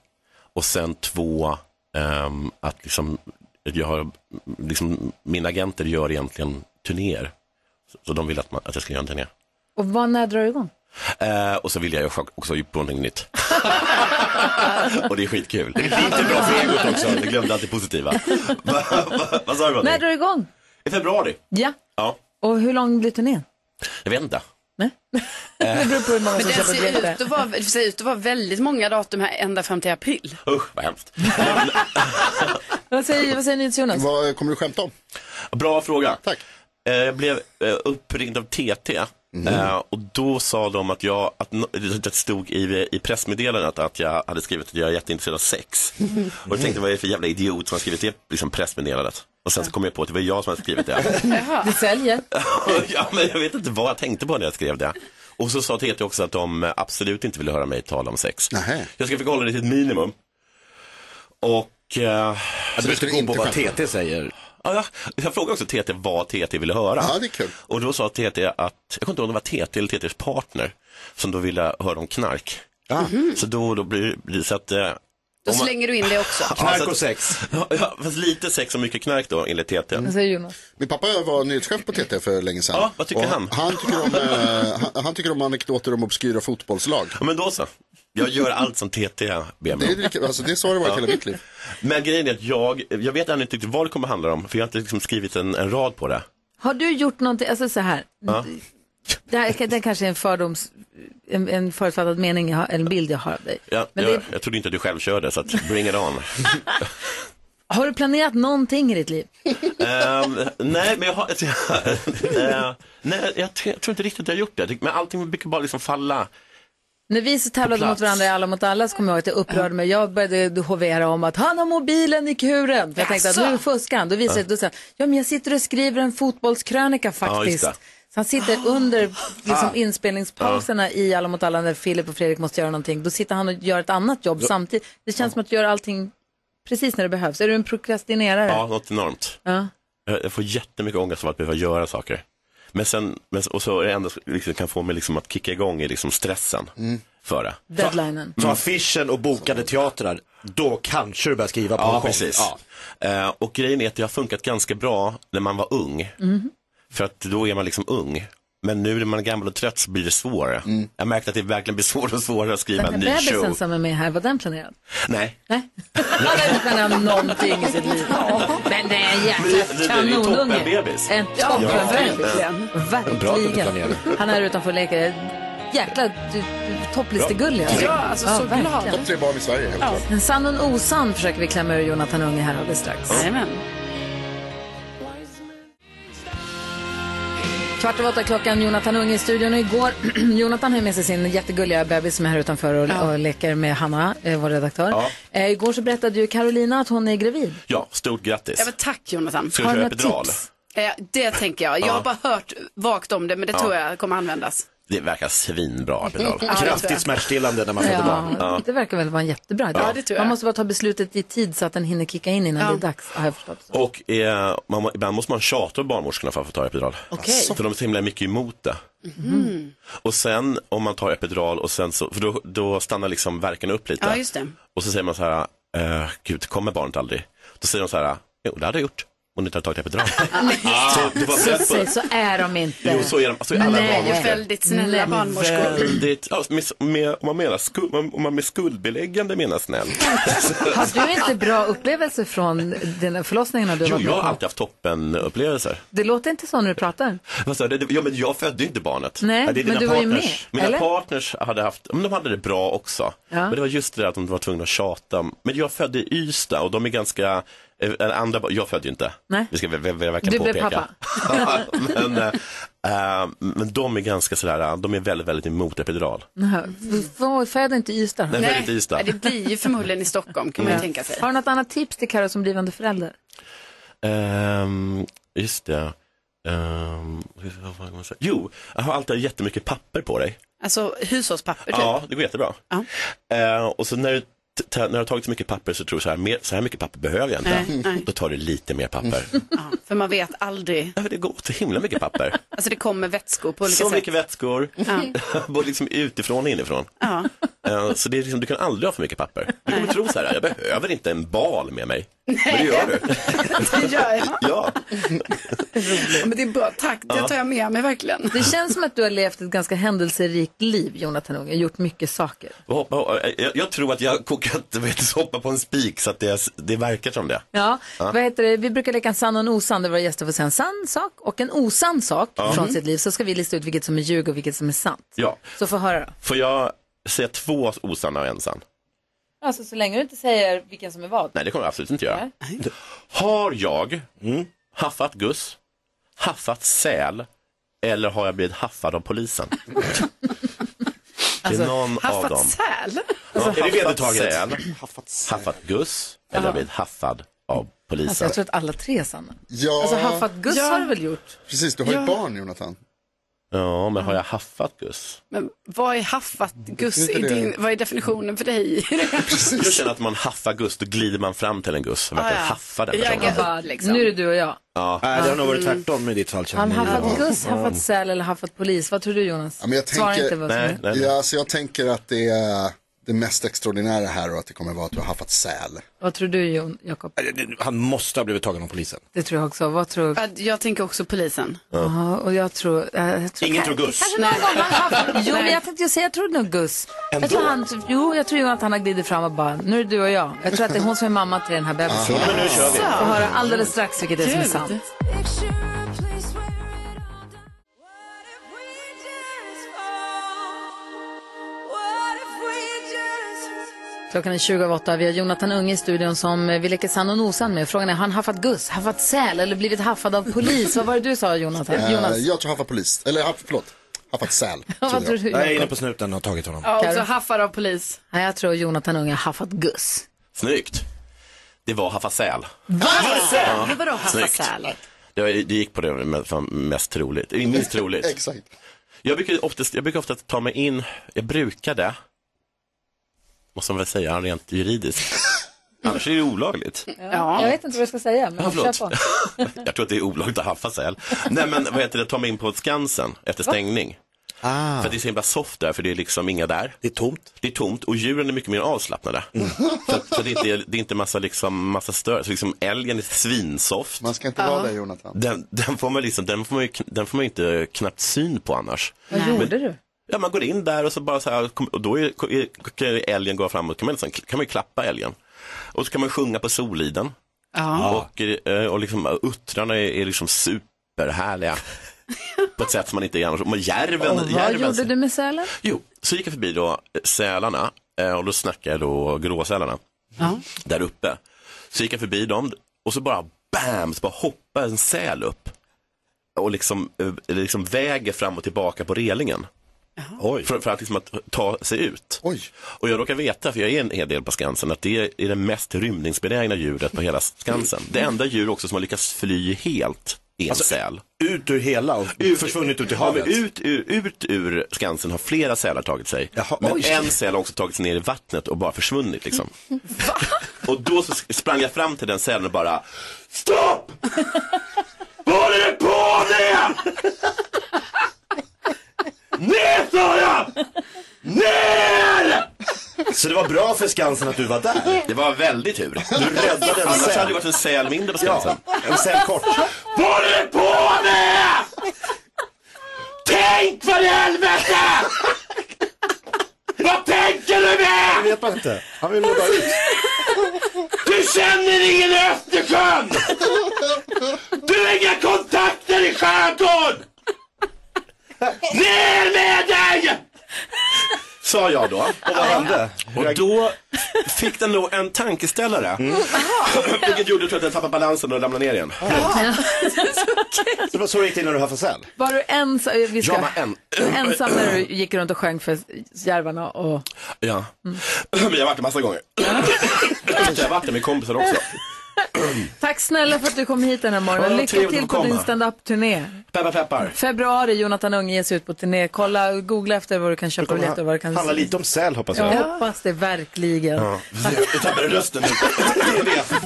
S12: Och sen två, ehm, att liksom, jag har, liksom, mina agenter gör egentligen turnéer. Så, så de vill att, man, att jag ska göra en turné.
S1: Och vad, när drar du igång?
S12: Eh, och så vill jag ju också upp på någonting [laughs] nytt. och det är skitkul. Det är inte bra för egot också, jag glömde allt det positiva. Va- va- Vad sa du?
S1: När
S12: Bonnie?
S1: drar du igång?
S12: I februari?
S1: Ja.
S12: Ja,
S1: Och hur lång blir turnén?
S12: jag vet inte.
S1: [laughs] Det beror på hur många
S4: Men
S1: som
S4: det ser,
S1: köper biljetter.
S4: ut att vara, det ser ut att vara väldigt många datum här ända fram till april.
S12: Usch, vad [laughs] hemskt.
S1: Vad säger, vad säger ni till Jonas?
S12: Vad kommer du skämta om? Bra fråga. Tack. Eh, jag blev eh, uppringd av TT. Eh, och då sa de att jag, att no, det stod i, i pressmeddelandet att jag hade skrivit att jag är jätteintresserad av sex. Och jag tänkte, vad är det för jävla idiot som har skrivit det liksom pressmeddelandet? Och sen så kom jag på att det var jag som hade skrivit [laughs] det.
S1: Det säljer.
S12: [laughs] ja, men jag vet inte vad jag tänkte på när jag skrev det. Och så sa TT också att de absolut inte ville höra mig tala om sex. Jag ska försöka hålla det till ett minimum. Och... Eh,
S5: du skulle
S12: gå på
S5: inte
S12: vad
S5: skämta.
S12: TT säger. Ja, jag, jag frågade också TT vad TT ville höra.
S3: Ja, det är kul.
S12: Och då sa TT att, jag kommer inte ihåg om det var TT eller TTs partner som då ville höra om knark. Mhm. Så då, då blir det så att... Eh,
S4: Då
S12: om man-
S4: slänger du in det också.
S12: Ja, alltså- så att- [laughs] Ja, ja, fast lite sex och mycket knark då enligt TT.
S4: Mm.
S1: Vad säger Jonas?
S3: Min pappa var nyhetschef på TT för länge sedan.
S12: Ja, vad tycker
S3: Och
S12: han?
S3: Han tycker, om,
S12: [laughs]
S3: eh, han, han tycker om anekdoter om obskyra fotbollslag.
S12: Ja, men då så. Jag gör allt som TT ber mig
S3: Det är riktigt- alltså, det är så det har varit hela mitt liv.
S12: Men grejen är att jag, jag vet ännu inte riktigt vad det kommer handla om, för jag har inte liksom skrivit en, en rad på det.
S1: Har du gjort någonting, alltså så här,
S12: Ja.
S1: Det, här, det kanske är en fördoms, en, en förutfattad mening, jag har, en bild jag har av dig.
S12: Ja,
S1: Men
S12: jag,
S1: det-
S12: jag trodde inte att du själv körde, så att bring
S1: [laughs]
S12: it on.
S1: Har du planerat någonting i ditt liv?
S12: Ehm, nej, men jag har... [laughs] Eh, nej, jag, t- jag tror inte riktigt att jag har gjort det. Men allting brukar bara liksom falla.
S1: När vi så tävlade
S12: På
S1: mot
S12: plats.
S1: varandra i Alla mot alla så kommer jag ihåg att jag upprörde mig. Jag började hovera om att han har mobilen i kuren. För jag tänkte att
S4: Jaså?
S1: nu fuskar han. Då visade
S4: Ja.
S1: det sig ja men jag sitter och skriver en fotbollskrönika
S4: Ja, just
S1: faktiskt.
S4: det.
S1: så han sitter under liksom,
S4: [gasps] Ah.
S1: inspelningspauserna i Alla mot alla när Filip och Fredrik måste göra någonting. Då sitter han och gör ett annat jobb
S12: Då-
S1: samtidigt. Det känns som att göra allting precis när det behövs. Är du en prokrastinerare?
S12: Ja, något enormt.
S1: Ja.
S12: Jag, jag får jättemycket ångest av att behöva göra saker. Men sen, men, och så är det enda som liksom, kan få mig liksom att kicka igång är liksom stressen för det.
S1: Deadlinen.
S5: Så affischen och bokade teatrar, då kanske du börjar skriva på en
S12: Ja,
S5: gång.
S12: precis. Eh, och grejen är att det har funkat ganska bra när man var ung.
S1: Mm.
S5: Mhm.
S12: För att då är man liksom ung. Men nu när man är gammal och trött så blir det svårare. Jag märkte att det verkligen blir svårare och svårare att skriva
S1: Den
S12: en
S1: här
S12: ny
S1: bebisen
S12: show.
S1: som är med här, var den planerad?
S12: Nej.
S1: Han har inte planerat någonting i sitt liv. Men det är en
S12: Men det- det- det
S1: jäkla
S12: är ju
S1: kanonunge.
S12: toppenbebis.
S1: En
S12: Ja,
S1: toppenbebis.
S12: verkligen. Bra att du inte
S1: Verkligen.
S12: planerar.
S1: Han är utanför och leker. Jäkla du- du- topplistegullig. alltså. verkligen.
S3: Topp tre barn i Sverige, helt klart.
S1: En sann och en osann försöker vi klämma ur Jonathan Unge här alldeles strax.
S4: Jajamän.
S1: Kvart över åtta klockan, Jonathan Unge i studion. Och igår, [clears throat] Jonathan har ju med sig sin jättegulliga bebis som är här utanför och, och leker med Hanna, eh, vår redaktör. Eh, igår så berättade ju Carolina att hon är gravid.
S12: Ja, stort grattis.
S4: Ja, men tack Jonathan.
S12: Ska du
S1: Har
S12: köra
S1: du
S12: epidural?
S4: Eh, det tänker jag. Jag har
S12: Ja.
S4: bara hört vagt om det men det
S12: Ja.
S4: tror jag kommer användas.
S12: Det verkar svinbra epidural.
S4: Ja, det tror jag.
S5: Kraftigt smärtstillande när man föder
S1: Ja,
S5: barn.
S1: det verkar väl vara en jättebra idé.
S12: Ja, det tror jag.
S1: Man måste bara ta beslutet i tid så att den hinner kicka in innan det är dags, har jag förstått.
S12: Och eh, man, må- ibland måste man tjata på barnmorskorna för att få ta epidural.
S1: Okej.
S12: För de är så himla mycket emot det. Och sen om man tar epidural och sen så, för då, då stannar liksom värken upp lite.
S4: Ja, just det.
S12: Och så säger man så här, eh, gud, kommer barnet aldrig? Då säger de så här, jo det hade jag gjort. Om du inte hade tagit epidural. så, det var
S1: Så,
S12: väldigt-
S1: så, så är de inte.
S12: Jo, så är de. Så är alla
S1: Nej,
S12: barnmorskor.
S1: väldigt snälla Nej, barnmorskor.
S12: Väldigt, ja, med, med, om, man menar skuld, om man med skuldbeläggande menar snäll.
S1: Har du inte bra upplevelser från dina förlossningarna du
S12: Jo,
S1: var
S12: jag har
S1: med på?
S12: alltid haft toppenupplevelser.
S1: Det låter inte så när du pratar.
S12: Vad sa du? Ja, men jag födde ju inte barnet.
S1: Nej,
S12: Ja, det är
S1: men
S12: dina
S1: du var ju
S12: partners.
S1: med,
S12: Mina
S1: eller?
S12: partners hade haft, men de hade det bra också.
S1: Ja.
S12: Men det var just det där att de var tvungna att tjata. Men jag födde i Ystad och de är ganska, eh, en andra, ba- jag födde ju inte.
S1: Nej.
S12: Vi ska vi, vi, vi verkligen
S1: Du blev
S12: påpeka.
S1: pappa.
S12: [laughs] men, eh, eh, men de är ganska sådär, eh, de är väldigt, väldigt emot epidural.
S1: Nej, vad- Föder inte i Ystad?
S12: Nej, födde inte i Ystad.
S4: Det blir ju förmodligen i Stockholm kan man ju tänka sig.
S1: Har du något annat tips till Karo som blivande förälder?
S12: Ehm, just det. Ehm, vad fan kan man säga? Jo, jag har alltid jättemycket papper på dig.
S4: Alltså hushållspapper typ.
S12: Ja, det går jättebra. Eh, och så när du, t- t- när du har tagit så mycket papper så tror du så här, mer, så här mycket papper behöver jag inte.
S4: Nej, nej. Mm.
S12: Då tar du lite mer papper.
S4: För man vet aldrig.
S12: Ja, för det går åt så himla
S4: [laughs]
S12: mycket papper.
S4: Alltså det kommer vätskor på olika
S12: Så
S4: sätt.
S12: mycket vätskor, [laughs] både liksom utifrån och inifrån.
S4: Ja.
S12: Eh, Så det är liksom, du kan aldrig ha för mycket papper. Du kommer tro så här, jag behöver inte en bal med mig. Men det gör du.
S4: Det gör jag.
S12: [laughs] Ja.
S4: Men det är bra, tack. Det
S12: Ja.
S4: tar jag med mig verkligen.
S1: Det känns som att du har levt ett ganska händelserikt liv, Jonathan Unge, gjort mycket saker.
S12: [laughs] Och hoppa- och, eh, Jag, jag tror att jag kokat, vet, du, hoppa på en spik så att det, det verkar som det.
S1: Ja,
S12: Ja.
S1: vad heter det? Vi brukar leka en sann och en osann där våra gäster får säga en sann sak och en osann sak
S12: Ja.
S1: från
S12: Mm.
S1: sitt liv. Så ska vi lista ut vilket som är ljug och vilket som är sant.
S12: Ja.
S1: Så få höra då.
S12: Får jag säga två osanna och en sann?
S1: Alltså så länge du inte säger vilken som är vad.
S12: Nej, det kommer jag absolut inte göra. Har jag mm, haffat Gus, haffat säl eller har jag blivit haffad av polisen? det är någon av dem.
S4: säl?
S12: Ja, är det vedertaget?
S5: Haffat
S12: säl, haffat Gus eller
S1: Ja.
S12: har blivit haffad av
S1: Alltså,
S12: polisen?
S1: jag tror att alla tre är sanna.
S3: Ja.
S1: Alltså haffat Gus
S4: Ja.
S1: har du väl gjort?
S3: Precis, du har ju
S4: Ja.
S3: barn,
S12: [laughs]
S3: Jonathan.
S12: Ja, men har jag haffat Gus?
S4: Men vad är haffat Gus?
S12: Det är
S4: I
S12: inte det.
S4: din, vad är definitionen för
S12: [laughs]
S4: dig?
S12: Jag känner att man haffar Gus, då glider man fram till en Gus och verkligen
S4: Ah, ja.
S12: haffar den
S4: Jag
S12: personen.
S4: bara, liksom.
S1: Nu är det du och jag.
S12: Ja.
S5: Nej, det har nog varit
S1: Mm.
S5: tvärtom i ditt fall.
S1: Han
S5: känner jag.
S1: haffat
S5: Ja.
S1: Gus, haffat säl eller haffat polis. Vad tror du Jonas?
S3: Ja, men jag
S1: Svara
S3: tänker,
S1: inte vad som är.
S3: Ja, så jag tänker att det är det mest extraordinära här och att det kommer vara att du har haffat säl.
S1: Vad tror du Jon, Jakob?
S5: Han måste ha blivit tagen av polisen.
S1: Det tror jag också. Vad tror...
S4: Ja, Jag tänker också polisen.
S1: Ja, och jag tror... eh, Jag tror
S5: Ingen tror Gus.
S1: Kanske någon gång han haffat... Jo, men jag tänkte ju säga, jag tror nog Gus. Jag tror, han, jo, jag tror ju att han har glidit fram och bara, nu är det du och jag. Jag tror att det är hon som är mamma till den här bebisen.
S5: Ja, men nu kör vi.
S1: Så, får höra alldeles strax vilket det är som är
S4: Gud.
S1: sant. Klockan är 20 över åtta. Vi har Jonathan Unge i studion som eh, vi leker sann och nosan med. Frågan är, har han haffat guss, haffat säl eller blivit haffad av polis? Vad var det du sa Jonathan?
S3: Eh,
S1: Jonas?
S3: Jag tror han var polis. Eller han- förlåt,
S1: [laughs]
S3: haffat säl.
S1: Vad
S3: trodde
S1: tror du, Jag är Jakob? inne på
S5: snuten och har tagit honom.
S4: Ja, och så haffar av polis.
S1: Nej, jag tror Jonathan Unge har haffat guss.
S12: Snyggt. Det var Hafasel.
S1: Va?
S12: Ja.
S4: Men vadå
S12: Snyggt.
S4: haffasel?
S12: Det, var- det gick på det med- fan, mest troligt. eh, [laughs] Minst troligt.
S3: Exakt.
S12: Jag brukar, oftast, jag brukar ofta ta mig in, jag brukade, måste man väl säga, rent juridiskt. [laughs] Annars är det olagligt.
S1: Ja. Jag vet inte vad jag ska säga, men
S12: Ja, förlåt.
S1: kör på.
S12: [laughs] Jag tror att det är olagligt att haffa säl. Nej men vad heter det, ta mig in på Skansen efter
S1: Va?
S12: stängning. För det är så himla soft där, för det är liksom inga där. Det är tomt. Det är tomt och djuren är mycket mer avslappnade. Så, att- så det, är inte, det är inte massa, liksom, massa större, så liksom älgen är svinsoft.
S3: Man ska inte vara där Jonathan.
S12: Den, den får man liksom, den får man ju, kn- den får man ju inte knappt syn på annars.
S1: Vad gjorde du?
S12: Ja, man går in där och så bara så här, kom- och då är, kan ju älgen gå fram och kan man, liksom, kan man ju klappa älgen. Och så kan man sjunga på Soliden. Och, eh, och liksom, uttrarna är, är
S1: [laughs]
S12: liksom superhärliga. på ett sätt som man inte är annars. Men järven,
S1: Och vad
S12: järven
S1: gjorde du med sälen?
S12: Jo, så gick jag förbi då eh, sälarna eh, och då snackade jag då gråsälarna
S1: Ja.
S12: där uppe. Så gick jag förbi dem och så bara bam, så bara hoppade en säl upp och liksom, eh, liksom väger fram och tillbaka på relingen. För, för att, liksom att ta sig ut. Och jag råkar veta, för jag är en hel del på Skansen, att det är det mest rymningsbenägna djuret på hela Skansen. Det enda djur också som har lyckats fly helt är en säl.
S5: Alltså, Ut ur hela och försvunnit ut i
S12: Ja,
S5: havet.
S12: men ut, ur, ut ur Skansen har flera sälar tagit sig. men
S5: oj.
S12: en säl har också tagit sig ner i vattnet och bara försvunnit liksom. och då så sprang jag fram till den sälen och bara Stopp! Vad håller du på med? Ner sa jag! Ner!
S5: Så det var bra för Skansen att du var där?
S12: Det var väldigt tur.
S5: Du räddade en
S12: Annars
S5: säl.
S12: hade det varit en säl mindre på Skansen.
S5: En säl kort.
S12: Vad håller du på med? Tänk för i helvete! Vad tänker du med?
S5: Det vet man inte. Han vill bara ut.
S12: Du känner ingen i Östersjön! Du har inga kontakter i skärgården! Ner med dig! Sa jag då. Och vad hände? Och då fick den nog en tankeställare.
S5: Mm.
S12: [laughs] Vilket gjorde tror jag, att den tappade balansen och ramlade ner igen.
S5: Det var Ah. [laughs] så det gick till när du haffade säl?
S1: Var du ensam? Eh, Vi ska...
S12: Jag var en.
S1: Ensam när du gick runt och sjöng för järvarna och...
S12: Ja.
S5: Mm.
S12: Men jag har varit det massa gånger. Jag har varit det med kompisar också.
S1: Tack snälla för att du kom hit den här
S12: Ja,
S1: morgonen.
S12: vad
S1: Lycka
S12: trevligt
S1: till
S12: att
S1: på
S12: komma.
S1: din stand-up-turné.
S12: Peppar peppar.
S1: Februari, Jonathan Unge ger sig ut på turné. Kolla, googla efter vad du kan köpa
S5: kommer
S1: biljetter och vad du kan
S5: handla lite om säl hoppas jag.
S1: jag. hoppas det verkligen.
S5: Ja. Jag tappade rösten
S1: [laughs]
S5: nu.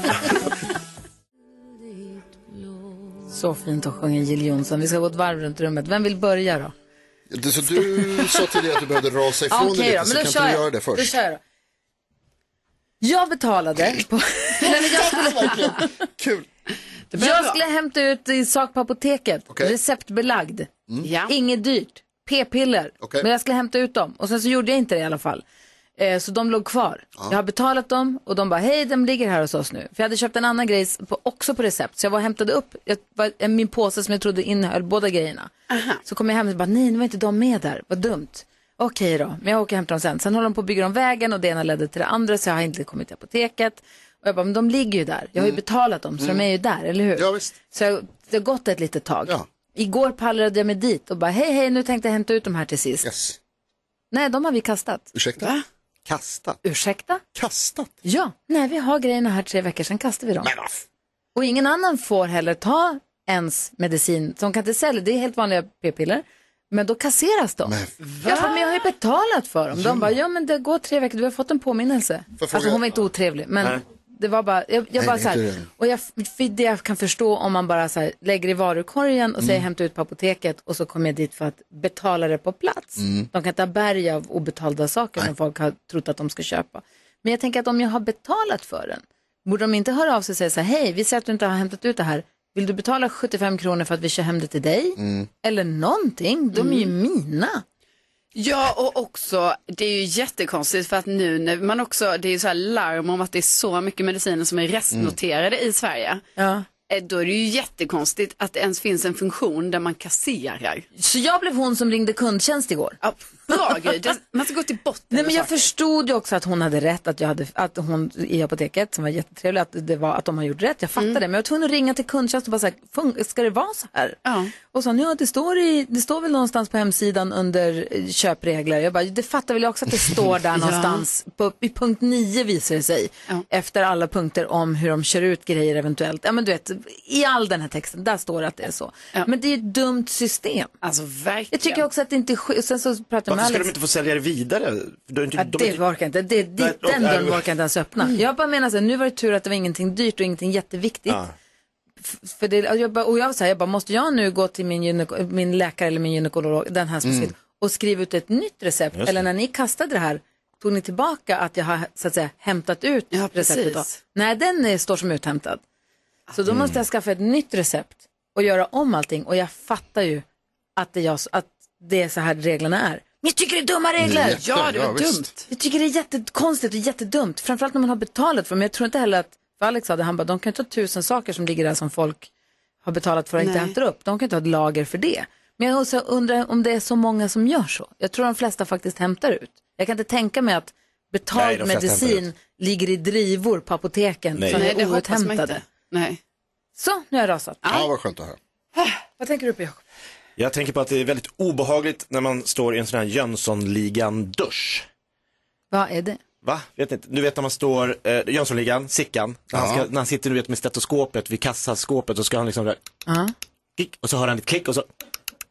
S1: Så fint att sjunga Jill Johnson. Vi ska gå ett varv runt rummet. Vem vill börja då?
S3: Du, så du sa tidigare att du behövde rasa ifrån
S1: Ja,
S3: dig lite,
S1: då,
S3: så
S1: men då
S3: kan inte
S1: kör
S3: du
S1: jag.
S3: göra det
S1: Då
S3: först? [laughs]
S1: kör jag då. Jag betalade [laughs] på... Nej, men jag skulle...
S3: Kul.
S1: Jag skulle hämta ut i sak på apoteket,
S4: Okej.
S1: receptbelagd.
S12: Mm.
S4: Ja.
S1: Inget dyrt, p-piller.
S4: Okej.
S1: Men jag skulle hämta ut dem och sen så gjorde jag inte det i alla fall. Eh, så de låg kvar. Jag har betalat dem och de bara, hej de ligger här hos oss nu. För jag hade köpt en annan grej på, också på recept. Så jag var och hämtade upp ett, var- en- min påse som jag trodde innehöll båda grejerna. Så kom jag hem och bara, nej nu var inte de med där, vad dumt. Okej då, men jag åker och hämtar dem sen. Sen håller de på att bygga om vägen och det ena ledde till det andra så jag har inte kommit till apoteket. Och jag bara, men de ligger ju där. Jag har ju betalat dem så de är ju där, eller hur? Ja, visst. Så jag, det har gått ett litet tag. Igår pallrade jag mig dit och bara, hej hej nu tänkte jag hämta ut de här till sist. Nej, de har vi kastat.
S3: Ursäkta? Kastat?
S1: Ursäkta?
S3: Kastat?
S1: Ja, nej vi har grejerna här tre veckor sedan kastade vi dem. Och ingen annan får heller ta ens medicin. De kan inte sälja, det är helt vanliga p-piller. Men då kasseras de. Jag bara, men jag har ju betalat för dem. De bara, ja men det går tre veckor, du har fått en påminnelse.
S4: fråga-
S1: Alltså hon var inte otrevlig, men
S4: Nej.
S1: det var bara, jag, jag
S4: Nej,
S1: bara
S4: det är
S1: så här,
S4: inte det.
S1: och jag, för det jag kan förstå om man bara så här, lägger i varukorgen och säger
S4: Mm.
S1: hämta ut på apoteket och så kommer jag dit för att betala det på plats.
S4: Mm.
S1: De kan ta berg av obetalda saker som folk har trott att de ska köpa. Men jag tänker att om jag har betalat för den, borde de inte höra av sig och säga så här, hej, vi ser att du inte har hämtat ut det här. Vill du betala 75 kronor för att vi kör hem det till dig?
S4: Mm.
S1: Eller någonting, de är ju mina.
S4: Ja, och också, det är ju jättekonstigt för att nu när man också, det är ju så här larm om att det är så mycket mediciner som är restnoterade i Sverige.
S1: Ja.
S4: Eh, Då är det ju jättekonstigt att det ens finns en funktion där man kasserar.
S1: Så jag blev hon som ringde kundtjänst igår.
S4: Bra Gry, Det- man ska gå till botten
S1: Nej, men
S4: med
S1: jag
S4: saker.
S1: förstod ju också att hon hade rätt, att, jag hade, att hon i apoteket, som var jättetrevlig, att, det var, att de har gjort rätt. Jag fattade det, men jag var tvungen att ringa till kundtjänst och bara säga, "Fun- ska det vara så här? Och så, ja, det står, i, det står väl någonstans på hemsidan under eh, köpregler. Jag bara, det fattar väl jag också att det står där
S4: Ja.
S1: någonstans. På, I punkt 9 visar det sig, efter alla punkter om hur de kör ut grejer eventuellt. Ja, men du vet, i all den här texten, där står det att det är så. Men det är ju ett dumt system.
S4: Alltså verkligen.
S1: Jag tycker också att det inte är sch- sen så pratar jag med
S5: Varför
S1: Alex.
S5: skulle de inte få sälja det vidare? De, är inte-
S1: Ja,
S5: de är
S1: det
S5: inte-
S1: orkar inte. Det, det,
S5: Nej,
S1: den
S5: nej,
S1: dörren
S5: men-
S1: orkar jag inte ens öppna. Jag bara menar så här, nu var det tur att det var ingenting dyrt och ingenting jätteviktigt.
S5: Ja.
S1: F- För det, och jag bara, och jag, var så här, jag bara, måste jag nu gå till min, gynek- min läkare eller min gynekolog, den här
S5: Mm.
S1: specifikt, och skriva ut ett nytt recept?
S4: Just det.
S1: Eller när ni kastade det här, tog ni tillbaka att jag har så att säga, hämtat ut receptet? Då?
S4: precis.
S1: Nej, den är, står som uthämtad. Så
S5: Mm.
S1: då måste jag skaffa ett nytt recept och göra om allting. Och jag fattar ju att det är, jag, att det är så här reglerna är. Men jag tycker det är dumma
S5: Mm.
S1: regler!
S4: Jätte- Ja, det var ja, visst. dumt.
S1: Jag tycker det är jättekonstigt och jättedumt. Framförallt när man har betalat för det. Men jag tror inte heller att, för Alex sa det, han bara, de kan ju inte ha tusen saker som ligger där som folk har betalat för och inte
S4: Nej.
S1: hämtar upp. De kan ju inte ha ett lager för det. Men jag också undrar om det är så många som gör så. Jag tror de flesta faktiskt hämtar ut. Jag kan inte tänka mig att
S4: Nej,
S1: betald
S4: de flesta hämtar
S1: medicin ligger i drivor på apoteken
S4: Nej.
S1: som
S4: Nej, det
S1: är
S4: hoppas man inte.
S1: outhämtade.
S4: Nej.
S1: Så, nu har jag rasat.
S3: Ja, vad skönt att höra.
S1: Vad tänker du på Jakob?
S5: Jag tänker på att det är väldigt obehagligt när man står i en sån här Jönssonligan-dusch.
S1: Vad är det?
S5: Va? Vet inte. Du vet när man står, eh, Jönssonligan, Sickan, när, han
S1: Ja.
S5: ska, när han sitter du vet, med stetoskopet vid kassaskåpet och ska han liksom, där,
S1: Ja.
S5: klick, och så hör han ett klick och så,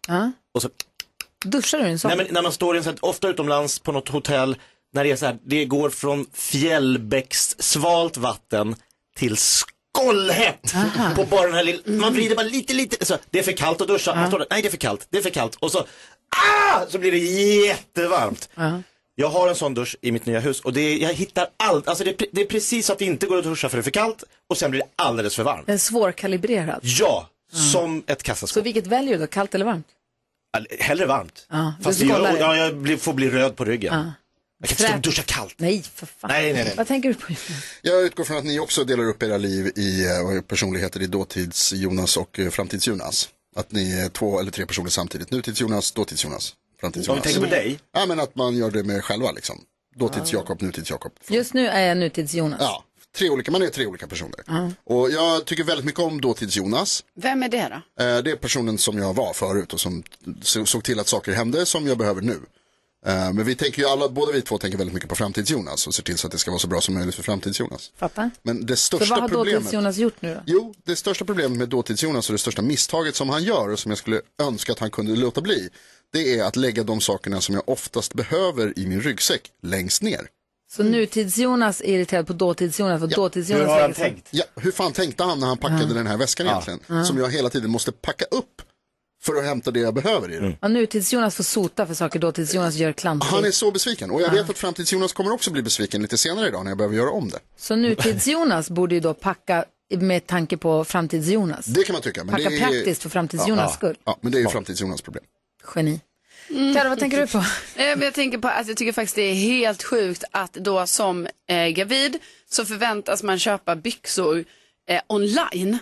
S1: Ja.
S5: och så
S1: Duschar du i en sån?
S5: Nej, men när man står i en sån här, ofta utomlands på något hotell, när det är så här, det går från fjällbäcks svalt vatten till skållhett på bara den här lilla, man vrider bara lite, lite, så, det är för kallt att duscha, man står där, nej det är för kallt, det är för kallt och så, ah, så blir det jättevarmt. Jag har en sån dusch i mitt nya hus och det är, jag hittar allt, alltså det är, pre- det är precis så att det inte går att duscha för det är för kallt och sen blir det alldeles för varmt.
S1: Den är svårkalibrerad.
S5: Ja, som ett kassaskåp.
S1: Så vilket väljer du då? Kallt eller varmt?
S5: Eller- Hellre varmt.
S1: Ja,
S5: Fast
S1: du
S5: jag,
S1: skållar.
S5: ja, jag blir, får bli röd på ryggen.
S1: Ja.
S5: Jag kan inte stå och duscha kallt.
S1: Nej, för fan.
S5: Nej, nej, nej.
S1: Vad tänker du på?
S3: Jag utgår från att ni också delar upp era liv i eh, personligheter i dåtids-Jonas och eh, framtids-Jonas. Att ni är två eller tre personer samtidigt. Nutids-Jonas, dåtids-Jonas, framtids-Jonas.
S5: Om vi tänker på dig?
S3: Ja, men att man gör det med er själva liksom. Dåtids-Jakob, nutids-Jakob.
S1: Just nu är jag nutids-Jonas.
S3: Ja, tre olika, man är tre olika personer.
S1: Ja.
S3: Och jag tycker väldigt mycket om dåtids-Jonas.
S4: Vem är det då?
S3: Eh, Det är personen som jag var förut och som så- såg till att saker hände som jag behöver nu. Eh, Men vi tänker ju alla, båda vi två tänker väldigt mycket på framtids-Jonas och ser till så att det ska vara så bra som möjligt för framtids-Jonas.
S1: Fattar?
S3: Men det
S1: Så vad
S3: största
S1: har
S3: problemet,
S1: dåtids-Jonas gjort nu då?
S3: jo, det största problemet med dåtids-Jonas och det största misstaget som han gör och som jag skulle önska att han kunde låta bli, det är att lägga de sakerna som jag oftast behöver i min ryggsäck längst ner.
S1: Så
S3: Mm.
S1: nutids-Jonas är irriterad på dåtids-Jonas för dåtids-Jonas lägger sig-
S3: Ja, hur fan tänkte han när han packade den här väskan egentligen?
S1: Ja.
S3: Som jag hela tiden måste packa upp för att hämta det jag behöver i den.
S1: Ja, nutids-Jonas får sota för saker dåtids-Jonas gör klantigt.
S3: Han är så besviken och jag vet att Framtids-Jonas kommer också bli besviken lite senare idag när jag behöver göra om det.
S1: Så nutids-Jonas borde ju då packa med tanke på framtids-Jonas.
S3: Det kan man tycka. Men
S1: Packa
S3: det är...
S1: praktiskt för framtids-Jonas
S3: ja, Mm.
S1: skull.
S3: Ja, men det är ju Framtids-Jonas problem.
S1: Geni. Karo, vad tänker du på?
S4: Eh, men Jag tänker på att jag tycker faktiskt det är helt sjukt att då som eh, gravid så förväntas man köpa byxor eh, online.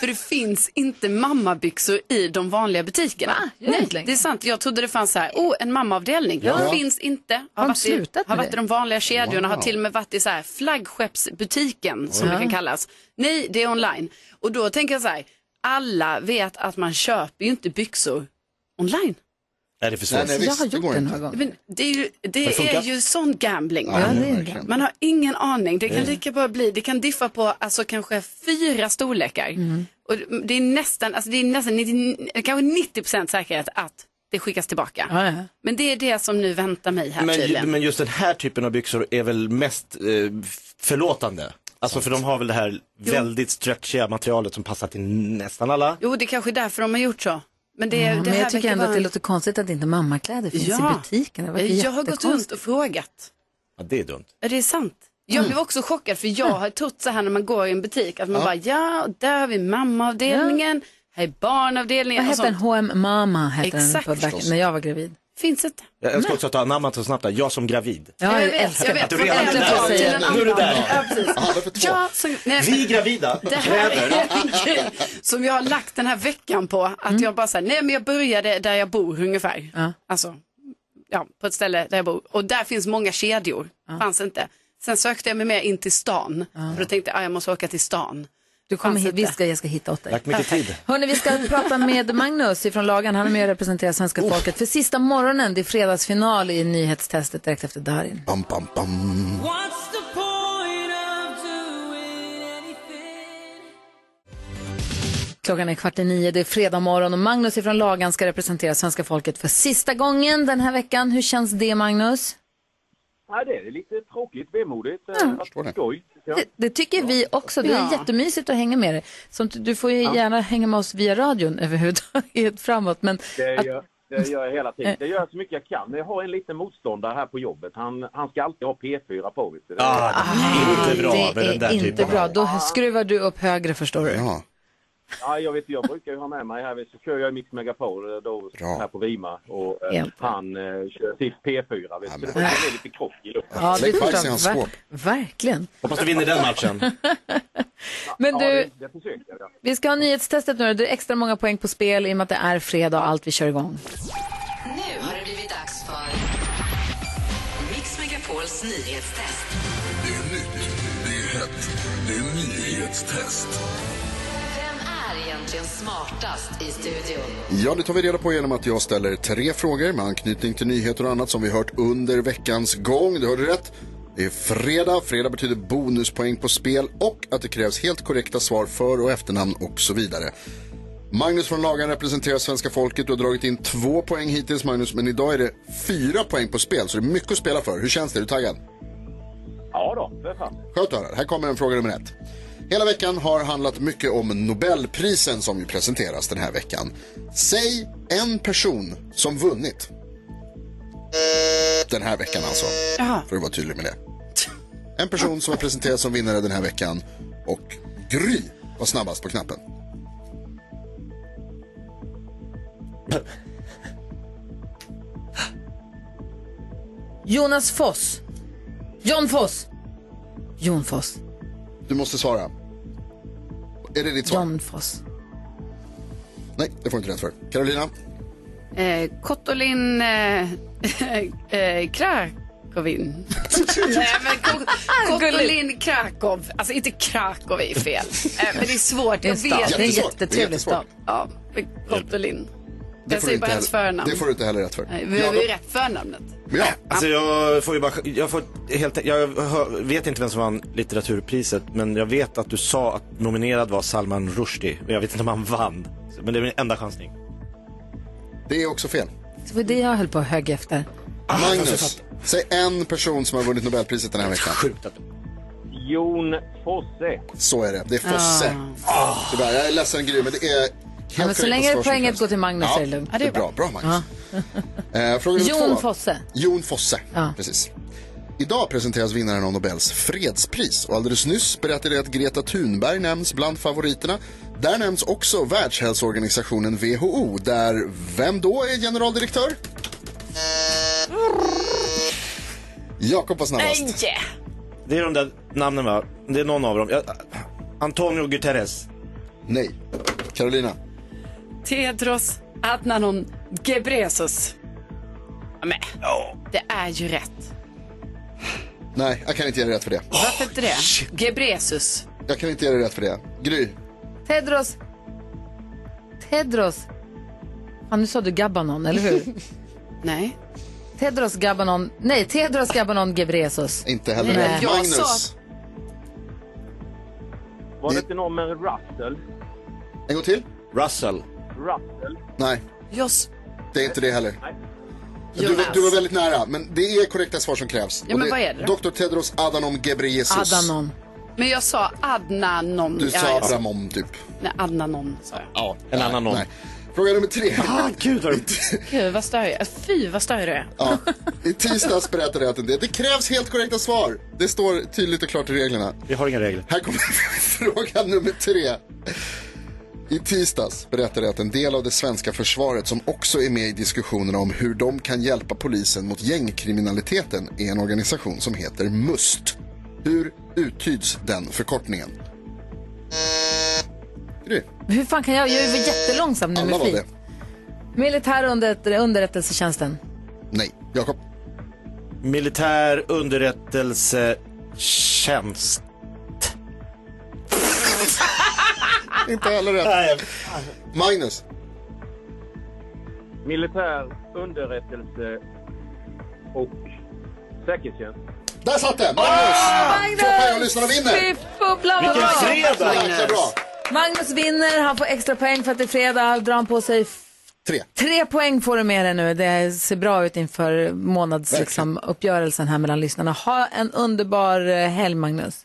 S4: För det finns inte mammabyxor i de vanliga butikerna.
S1: Gör det
S4: Nej,
S1: inte längre?
S4: det är sant. Jag trodde det fanns så här, oh, en mammaavdelning.
S1: Ja.
S4: Det finns inte.
S1: Har de
S4: varit i,
S1: slutat
S4: har
S1: med
S4: varit i
S1: det?
S4: de vanliga kedjorna, har
S1: Wow.
S4: till och med varit i så här flaggskeppsbutiken som
S1: Oj.
S4: det kan kallas. Nej, det är online. Och då tänker jag så här, alla vet att man köper ju inte byxor online.
S5: Är det för svårt?
S3: Nej, nej, visst, det går inte.
S4: Men det är ju,
S5: Har
S4: det
S5: det
S4: är
S5: funkat?
S4: ju sån gambling.
S3: Ja, Ja, det är verkligen. gambling.
S4: Man har ingen aning. Det kan
S3: Nej.
S4: lika bra bli, det kan diffa på alltså, kanske fyra storlekar.
S1: Mm.
S4: Och det är nästan, alltså, det är nästan 90, kanske 90 säkerhet att det skickas tillbaka. Men det är det som nu väntar mig här
S5: Men, ju-
S4: tydligen.
S5: men just den här typen av byxor är väl mest eh, förlåtande? Alltså för de har väl det här väldigt stretchiga materialet som passar till nästan alla.
S4: Jo, det är kanske är därför de har gjort så. Men, det,
S1: Ja,
S4: det
S1: men
S4: här
S1: jag tycker
S4: verkar
S1: ändå att
S4: vara
S1: det
S4: en-
S1: låter konstigt att inte mammakläder finns
S4: Ja.
S1: i butikerna. Det verkar
S4: Jag har gått
S1: jättekonstigt.
S4: runt och frågat.
S5: Ja, det är dumt.
S4: Är det sant? Jag blev också chockad för jag har trott så här när man går i en butik att man
S1: Ja.
S4: bara ja, och där har vi mammaavdelningen, här är barnavdelningen
S1: Vad
S4: och
S1: hette den?
S4: sånt.
S1: H&M Mama hette den
S4: Alltså- Exakt.
S1: på back,
S4: Förstås.
S1: när jag var gravid.
S4: Finns inte.
S5: Jag älskar också att du har anammat så snabbt där, jag som gravid.
S1: Ja, jag älskar
S5: Att du
S1: det.
S5: redan
S1: Äntligen får jag
S5: där,
S1: säga
S5: till
S1: det.
S5: nu är du
S4: Ja,
S5: där.
S4: precis.
S5: Alla för två.
S4: Ja, som, nej, men-
S5: Vi gravida
S4: det här är
S5: kräver.
S4: en grej som jag har lagt den
S1: Mm.
S4: här veckan på. Att jag bara säger nej men jag började där jag bor ungefär. Alltså, ja, på ett ställe där jag bor och där finns många kedjor. Fanns inte. Sen sökte jag mig mer in till stan. För då tänkte jag, ah, jag måste åka till stan.
S1: Du kommer hit, vi ska, jag ska hitta åt dig.
S5: Tack mycket tid.
S1: Hörni, vi ska prata med Magnus från Lagan. Han är med och representerar svenska
S5: Oh.
S1: folket. För sista morgonen, det är fredagsfinal i nyhetstestet direkt efter Darin.
S3: Bam, bam, bam.
S1: Klockan är kvart i nio, det är fredag morgon och Magnus från Lagan ska representera svenska folket för sista gången den här veckan. Hur känns det, Magnus?
S14: Ja, det är lite tråkigt, vemodigt. eh,
S1: Ja.
S14: Ja. Skoj. Ja.
S1: Det, det tycker vi också. Det är
S14: Ja.
S1: jättemysigt att hänga med dig. Så att du får ju
S14: Ja.
S1: gärna hänga med oss via radion [laughs] överhuvudtaget framåt. Men
S14: Det
S1: att- Eh.
S14: gör, det gör jag hela tiden. Det gör jag så mycket jag kan. Jag har en liten motståndare här på jobbet. Han, han ska alltid ha P4 på. Vet du.
S5: Ah, det är inte bra
S1: det
S5: med den där
S1: är inte
S5: typen.
S1: bra. Då skruvar du upp högre, förstår du.
S14: Ja, jag, vet, jag brukar ju ha med mig här, så kör jag i Mix Megapol eh, då, här på Vima och eh,
S1: Hjälp.
S14: han eh, kör sitt P4. Vet du. Det är lite krock i luften.
S1: Ja, du förstår. Ver- verkligen.
S5: Hoppas du vinner den matchen.
S1: [laughs] Men
S14: Ja,
S1: du,
S14: det, det försöker jag.
S1: vi ska ha nyhetstestet nu. Det är extra många poäng på spel i och med att det är fredag och allt vi kör igång.
S2: Nu har det blivit dags för Mix Megapols nyhetstest.
S15: Det är nytt, det är hett, det är nyhetstest.
S2: Vem är egentligen smartast i studion?
S3: Ja, det tar vi reda på genom att jag ställer tre frågor med anknytning till nyheter och annat som vi hört under veckans gång. Du hörde rätt. Det är fredag. Fredag betyder bonuspoäng på spel och att det krävs helt korrekta svar för och efternamn och så vidare. Magnus från Lagan representerar svenska folket. Du har dragit in två poäng hittills, Magnus, men idag är det fyra poäng på spel, så det är mycket att spela för. Hur känns det? Är du taggad?
S14: Ja då, för fan.
S3: Skönt att höra. Här kommer en fråga nummer ett. Hela veckan har handlat mycket om Nobelprisen som ju presenteras den här veckan. Säg en person som vunnit. Den här veckan alltså. För att vara tydlig med det. En person som har presenterats som vinnare den här veckan och Gry var snabbast på knappen.
S1: Jonas Foss. John Foss. Jon Foss.
S3: Du måste svara. Är det ditt svar?
S1: John Foss.
S3: Nej, det får du inte rätt för. Carolina?
S4: Eh, Kottolin eh, [laughs] eh, Krakovin. [laughs] Nej, men Ko- [laughs] Kottolin Krakov. Alltså inte Krakov är ju fel. Eh, men det är svårt.
S1: Det är
S4: Jag
S1: en stad.
S4: vet.
S1: Det är en jättetrevlig stad.
S4: Ja, men Kottolin.
S3: Det
S4: Jag
S3: får
S4: säger
S3: du inte
S4: bara hennes
S3: heller-
S4: förnamn.
S3: Det får du inte heller rätt för.
S4: Nej, Vi
S5: Ja,
S4: har
S5: då-
S4: ju rätt förnamnet.
S3: Ja.
S5: Alltså jag får ju bara, jag, får helt, jag hör, vet inte vem som vann litteraturpriset men jag vet att du sa att nominerad var Salman Rushdie och jag vet inte om han vann. Men det är min enda chansning.
S3: Det är också fel.
S1: Det var det jag höll på att högg efter.
S3: Magnus, säg en person som har vunnit Nobelpriset den här veckan.
S14: Jon Fosse.
S3: Så är det. Det är Fosse. Tyvärr, jag är ledsen Gry, men det är helt
S1: Ja, men så
S3: korrekt
S1: länge
S3: svar som
S1: poänget
S3: krävs.
S1: går till Magnus
S3: ja,
S1: är det lugnt.
S3: Det är bra. Bra Magnus. Eh, fråga nummer
S1: Jon
S3: två.
S1: Fosse.
S3: Jon Fosse. Precis. Idag presenteras vinnaren av Nobels fredspris och alldeles nyss berättade jag att Greta Thunberg nämns bland favoriterna. Där nämns också Världshälsoorganisationen WHO, där vem då är generaldirektör? Jakob var snabbast.
S5: Det är de där namnen va? Det är någon av dem. Jag, Antonio Guterres.
S3: Nej. Carolina.
S4: Tedros Adhanom Ghebreyesus. Men, det är ju rätt.
S3: Nej, jag kan inte ge dig rätt för det.
S4: Varför inte det? Ghebreyesus.
S3: Jag kan inte ge dig rätt för det. Gry.
S1: Tedros. Tedros. Ja, nu sa du Gabanon, eller
S5: [laughs]
S1: hur?
S4: Nej.
S1: Tedros Gabanon. Nej, Tedros Gabanon Gebresus.
S3: Inte heller
S1: Nej.
S3: rätt.
S1: Jag
S3: Magnus.
S1: sa-
S14: Var det inte någon med Russell?
S3: En gång till.
S5: Russell.
S14: Russell?
S3: Nej.
S4: Jos.
S3: Det är inte det heller.
S14: Nej.
S3: Du, var- du var väldigt nära, men det är korrekta svar som krävs.
S4: Ja,
S3: Och
S4: men vad är det då?
S3: Dr. Tedros Adhanom Ghebreyesus.
S4: Adhanom. Men jag sa Adnanom.
S3: Du sa
S4: jag sa-
S3: Ramon, typ.
S4: Nej, Adnanom sa jag.
S3: Ja,
S5: en annan någon.
S3: Fråga nummer tre.
S5: Ah, gud vad
S4: Gud, vad stör jag Fy, vad stör jag
S3: ja. I tisdags berättade jag att en del- det krävs helt korrekta svar. Det står tydligt och klart i reglerna.
S5: Vi har inga regler.
S3: Här kommer [laughs] fråga nummer tre. I tisdags berättade jag att en del av det svenska försvaret som också är med i diskussionerna om hur de kan hjälpa polisen mot gängkriminaliteten är en organisation som heter MUST. Hur uttyds den förkortningen? Gry,
S1: Hur fan kan jag? Jag är ju jättelångsam nu
S3: alla
S1: med
S3: var det.
S1: flit. Militär under, underrättelsetjänsten.
S3: Nej. Jakob?
S5: Militär underrättelsetjänst.
S3: Inte heller rätt. Magnus?
S14: Militär underrättelse och säkerhetstjänst.
S3: Där satt den! Magnus!
S4: Ah,
S1: Magnus!
S3: Två poäng och lyssnarna vinner!
S1: Fy fubbla, vad
S3: Vilken
S1: bra.
S3: fredag, Magnus. Jäkla bra.
S1: Magnus vinner, han får extra poäng för att det är fredag. Drar han på sig f-
S3: Tre.
S1: tre poäng får du med dig nu. Det ser bra ut inför månadsuppgörelsen liksom, uppgörelsen här mellan lyssnarna. Ha en underbar eh, helg, Magnus.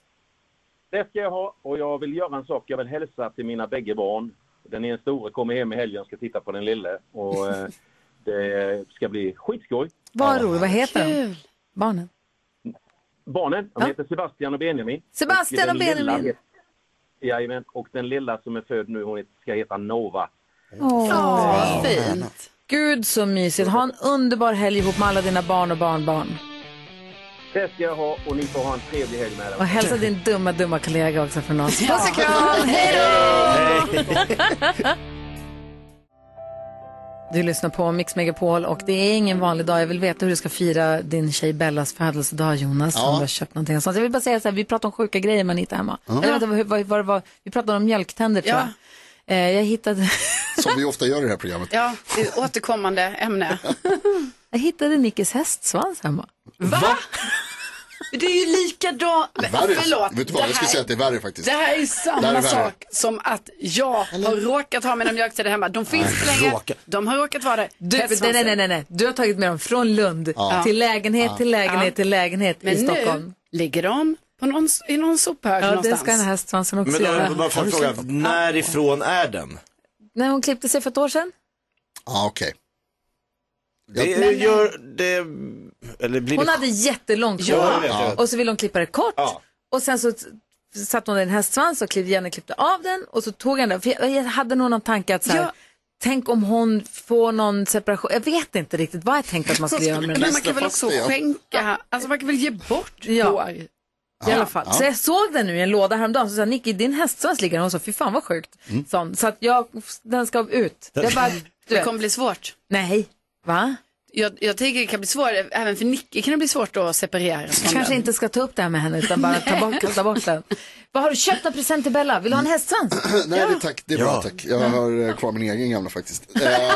S14: Det ska jag ha och jag vill göra en sak. Jag vill hälsa till mina bägge barn. Den ena store kommer hem i helgen och ska titta på den lille.
S1: [laughs]
S14: Och eh, det ska bli skitskoj.
S1: Vad roligt, vad heter de? Barnen.
S14: Barnen, de heter Sebastian och Benjamin.
S1: Sebastian
S14: den
S1: och Benjamin.
S14: lilla heter- Jajamän, och den lilla som är född nu, hon ska heta Nova.
S1: Åh,
S14: vad
S1: fint. Gud så mysigt. Ha en underbar helg ihop med alla dina barn och barnbarn.
S14: Det ska jag ha och ni får ha en trevlig helg med er.
S1: Och hälsa din dumma, dumma kollega också från oss.
S14: Ja.
S1: Puss och kram, hej då! Du lyssnar på Mix Megapol och det är ingen vanlig dag. Jag vill veta hur du ska fira din tjej Bellas födelsedag, Jonas. Om du har köpt någonting sånt. Jag vill bara säga så här, vi pratar om sjuka grejer man hittar hemma.
S3: Ja.
S1: Eller vänta, vad, vad, vad, vad, vi pratade om mjölktänder tror
S4: Ja.
S1: jag. Eh, jag hittade... [laughs]
S3: Som vi ofta gör i det här programmet.
S4: Ja, det är ett återkommande ämne.
S1: Jag hittade Nickes hästsvans hemma.
S4: Va? Det är ju likadant.
S3: Värre.
S4: Förlåt.
S3: Vet du vad,
S4: det
S3: jag skulle
S4: här-
S3: säga att det är värre faktiskt.
S4: Det här är ju
S3: Det här
S4: samma
S3: är värre.
S4: sak som att jag har råkat ha mina mjölktänder hemma. De finns inte längre.
S1: råkat.
S4: De har råkat vara det.
S1: Du, nej, nej, nej, nej. Du har tagit med dem från Lund
S4: Ja.
S1: till lägenhet,
S4: Ja.
S1: till lägenhet,
S4: Ja.
S1: till lägenhet
S4: Men
S1: i Stockholm.
S4: nu ligger de på någon, i någon sophög
S1: Ja, det
S4: någonstans.
S1: ska den här hästsvansen också
S5: Men
S1: göra.
S5: då, bara får jag fråga, närifrån är den?
S1: När hon klippte sig för ett år sedan?
S3: Ja, okej.
S5: Det
S1: Men-
S5: Eh,
S1: eh,
S5: gör det... Eller blir
S1: Hon
S5: det...
S1: hade jättelångt
S5: Ja,
S1: hår
S5: det vet jag.
S1: och så ville hon klippa det kort.
S5: Ja.
S1: Och sen så t- satte hon en hästsvans och klipp, Jenny klippte av den och så tog han den. För jag, jag hade nog någon tanke att så här, tänk om hon får någon separation. Jag vet inte riktigt vad jag tänkte att man skulle göra med den.
S4: Men man kan väl också skänka, alltså man kan väl ge bort
S1: Ja.
S4: hår?
S1: I alla fall.
S4: Ja.
S1: Så jag såg den nu i en låda häromdagen och så sa Nicky, din hästsvans ligger där. Hon sa, fy fan vad sjukt. Sån. Så att jag, den ska ut. Jag bara, du
S4: Det
S1: vet.
S4: kommer bli svårt.
S1: Nej, va?
S4: Jag, jag tänker det kan bli svårt, även för Nicky kan det bli svårt att separera. från
S1: kanske
S4: den.
S1: inte ska ta upp det här med henne utan bara ta bort, kasta bort den. Vad har du köpt av present till Bella? Vill du ha en hästsvans?
S3: Nej, det, tack. Det är bra, tack. Jag har eh, kvar min egen gamla faktiskt. Eh, [laughs] nej,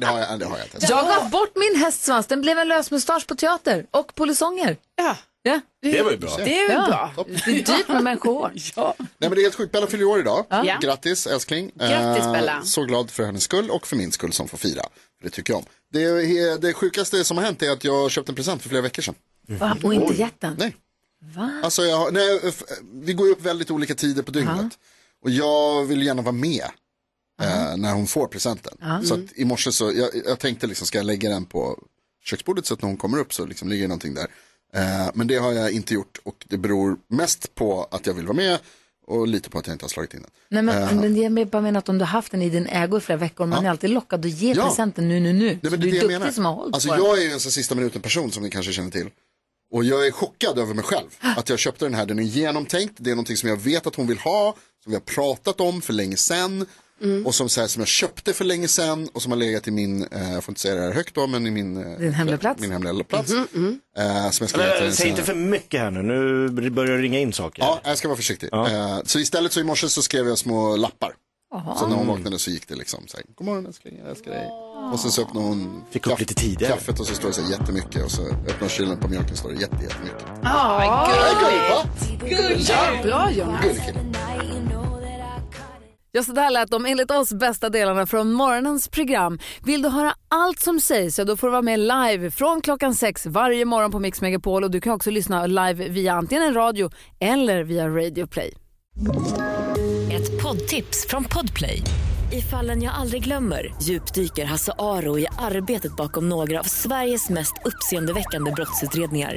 S3: det har jag, det har jag inte.
S1: Jag gav bort min hästsvans. Den blev en lösmustasch på teater och polisonger.
S4: Ja.
S1: ja.
S3: Det var ju bra.
S4: Det är ju
S1: Ja.
S4: bra.
S1: Det är dyrt med [laughs] människor.
S4: Ja.
S3: Nej, men det är helt sjukt. Bella fyller år idag.
S1: Ja.
S3: Grattis älskling. Eh,
S1: Grattis, Bella.
S3: så glad för hennes skull och för min skull som får fira. För det tycker jag om. Det, är- det sjukaste som har hänt är att jag köpte en present för flera veckor sedan.
S1: Va? Och inte gett den?
S3: Nej.
S1: Va?
S3: Alltså jag, har- nej, f- vi går ju upp väldigt olika tider på dygnet. Och jag vill gärna vara med eh, när hon får presenten.
S1: Ja.
S3: Så
S1: Mm.
S3: att i morse så, jag, jag tänkte liksom, ska jag lägga den på köksbordet så att när hon kommer upp så liksom ligger det någonting där. Eh, men det har jag inte gjort och det beror mest på att jag vill vara med och lite på att jag inte har slagit in den.
S1: Nej, men,
S3: Eh,
S1: men jag bara menar att om du har haft den i din ägo i flera veckor, man är alltid lockad att ge
S3: Ja.
S1: presenten nu, nu, nu.
S3: Nej,
S1: Så
S3: men
S1: du
S3: det
S1: är
S3: är det jag menar.
S1: duktig som har hållit
S3: alltså,
S1: på
S3: jag är ju en sån sista minuten person som ni kanske känner till. Och jag är chockad över mig själv. Att jag köpte den här, den är genomtänkt, det är någonting som jag vet att hon vill ha, som vi har pratat om för länge sedan.
S1: Mm.
S3: Och som, så här, som jag köpte för länge sedan och som har legat i min, eh, jag får inte säga det här högt då, men i min, eh,
S1: Din hemliga Mm-hmm, plats.
S3: min hemliga plats. Eh, som jag ska
S5: Nej,
S3: ge till
S5: nej,
S3: en
S5: Säg inte
S3: sån här-
S5: för mycket här nu, nu börjar det ringa in saker.
S3: Ja, jag ska vara försiktig. Eh, så istället så i morse så skrev jag små lappar.
S1: Jaha.
S3: Så när hon vaknade så gick det liksom så här, God morgon älskling, jag älskar dig. Och sen så öppnade hon Fick upp lite tidigare. kaffet och så står det så här jättemycket och så öppnar hon kylen på mjölken och står det jätte, jättemycket.
S4: Ja,
S1: gulligt.
S4: Gulligt. Ja, bra Jonas.
S1: Ja, så där lät de enligt oss bästa delarna från morgonens program. Vill du höra allt som sägs så då får du vara med live från klockan sex varje morgon på Mix Megapol och du kan också lyssna live via antingen en radio eller via Radio Play.
S16: Ett poddtips från Podplay. I fallen jag aldrig glömmer djupdyker Hasse Aro i arbetet bakom några av Sveriges mest uppseendeväckande brottsutredningar.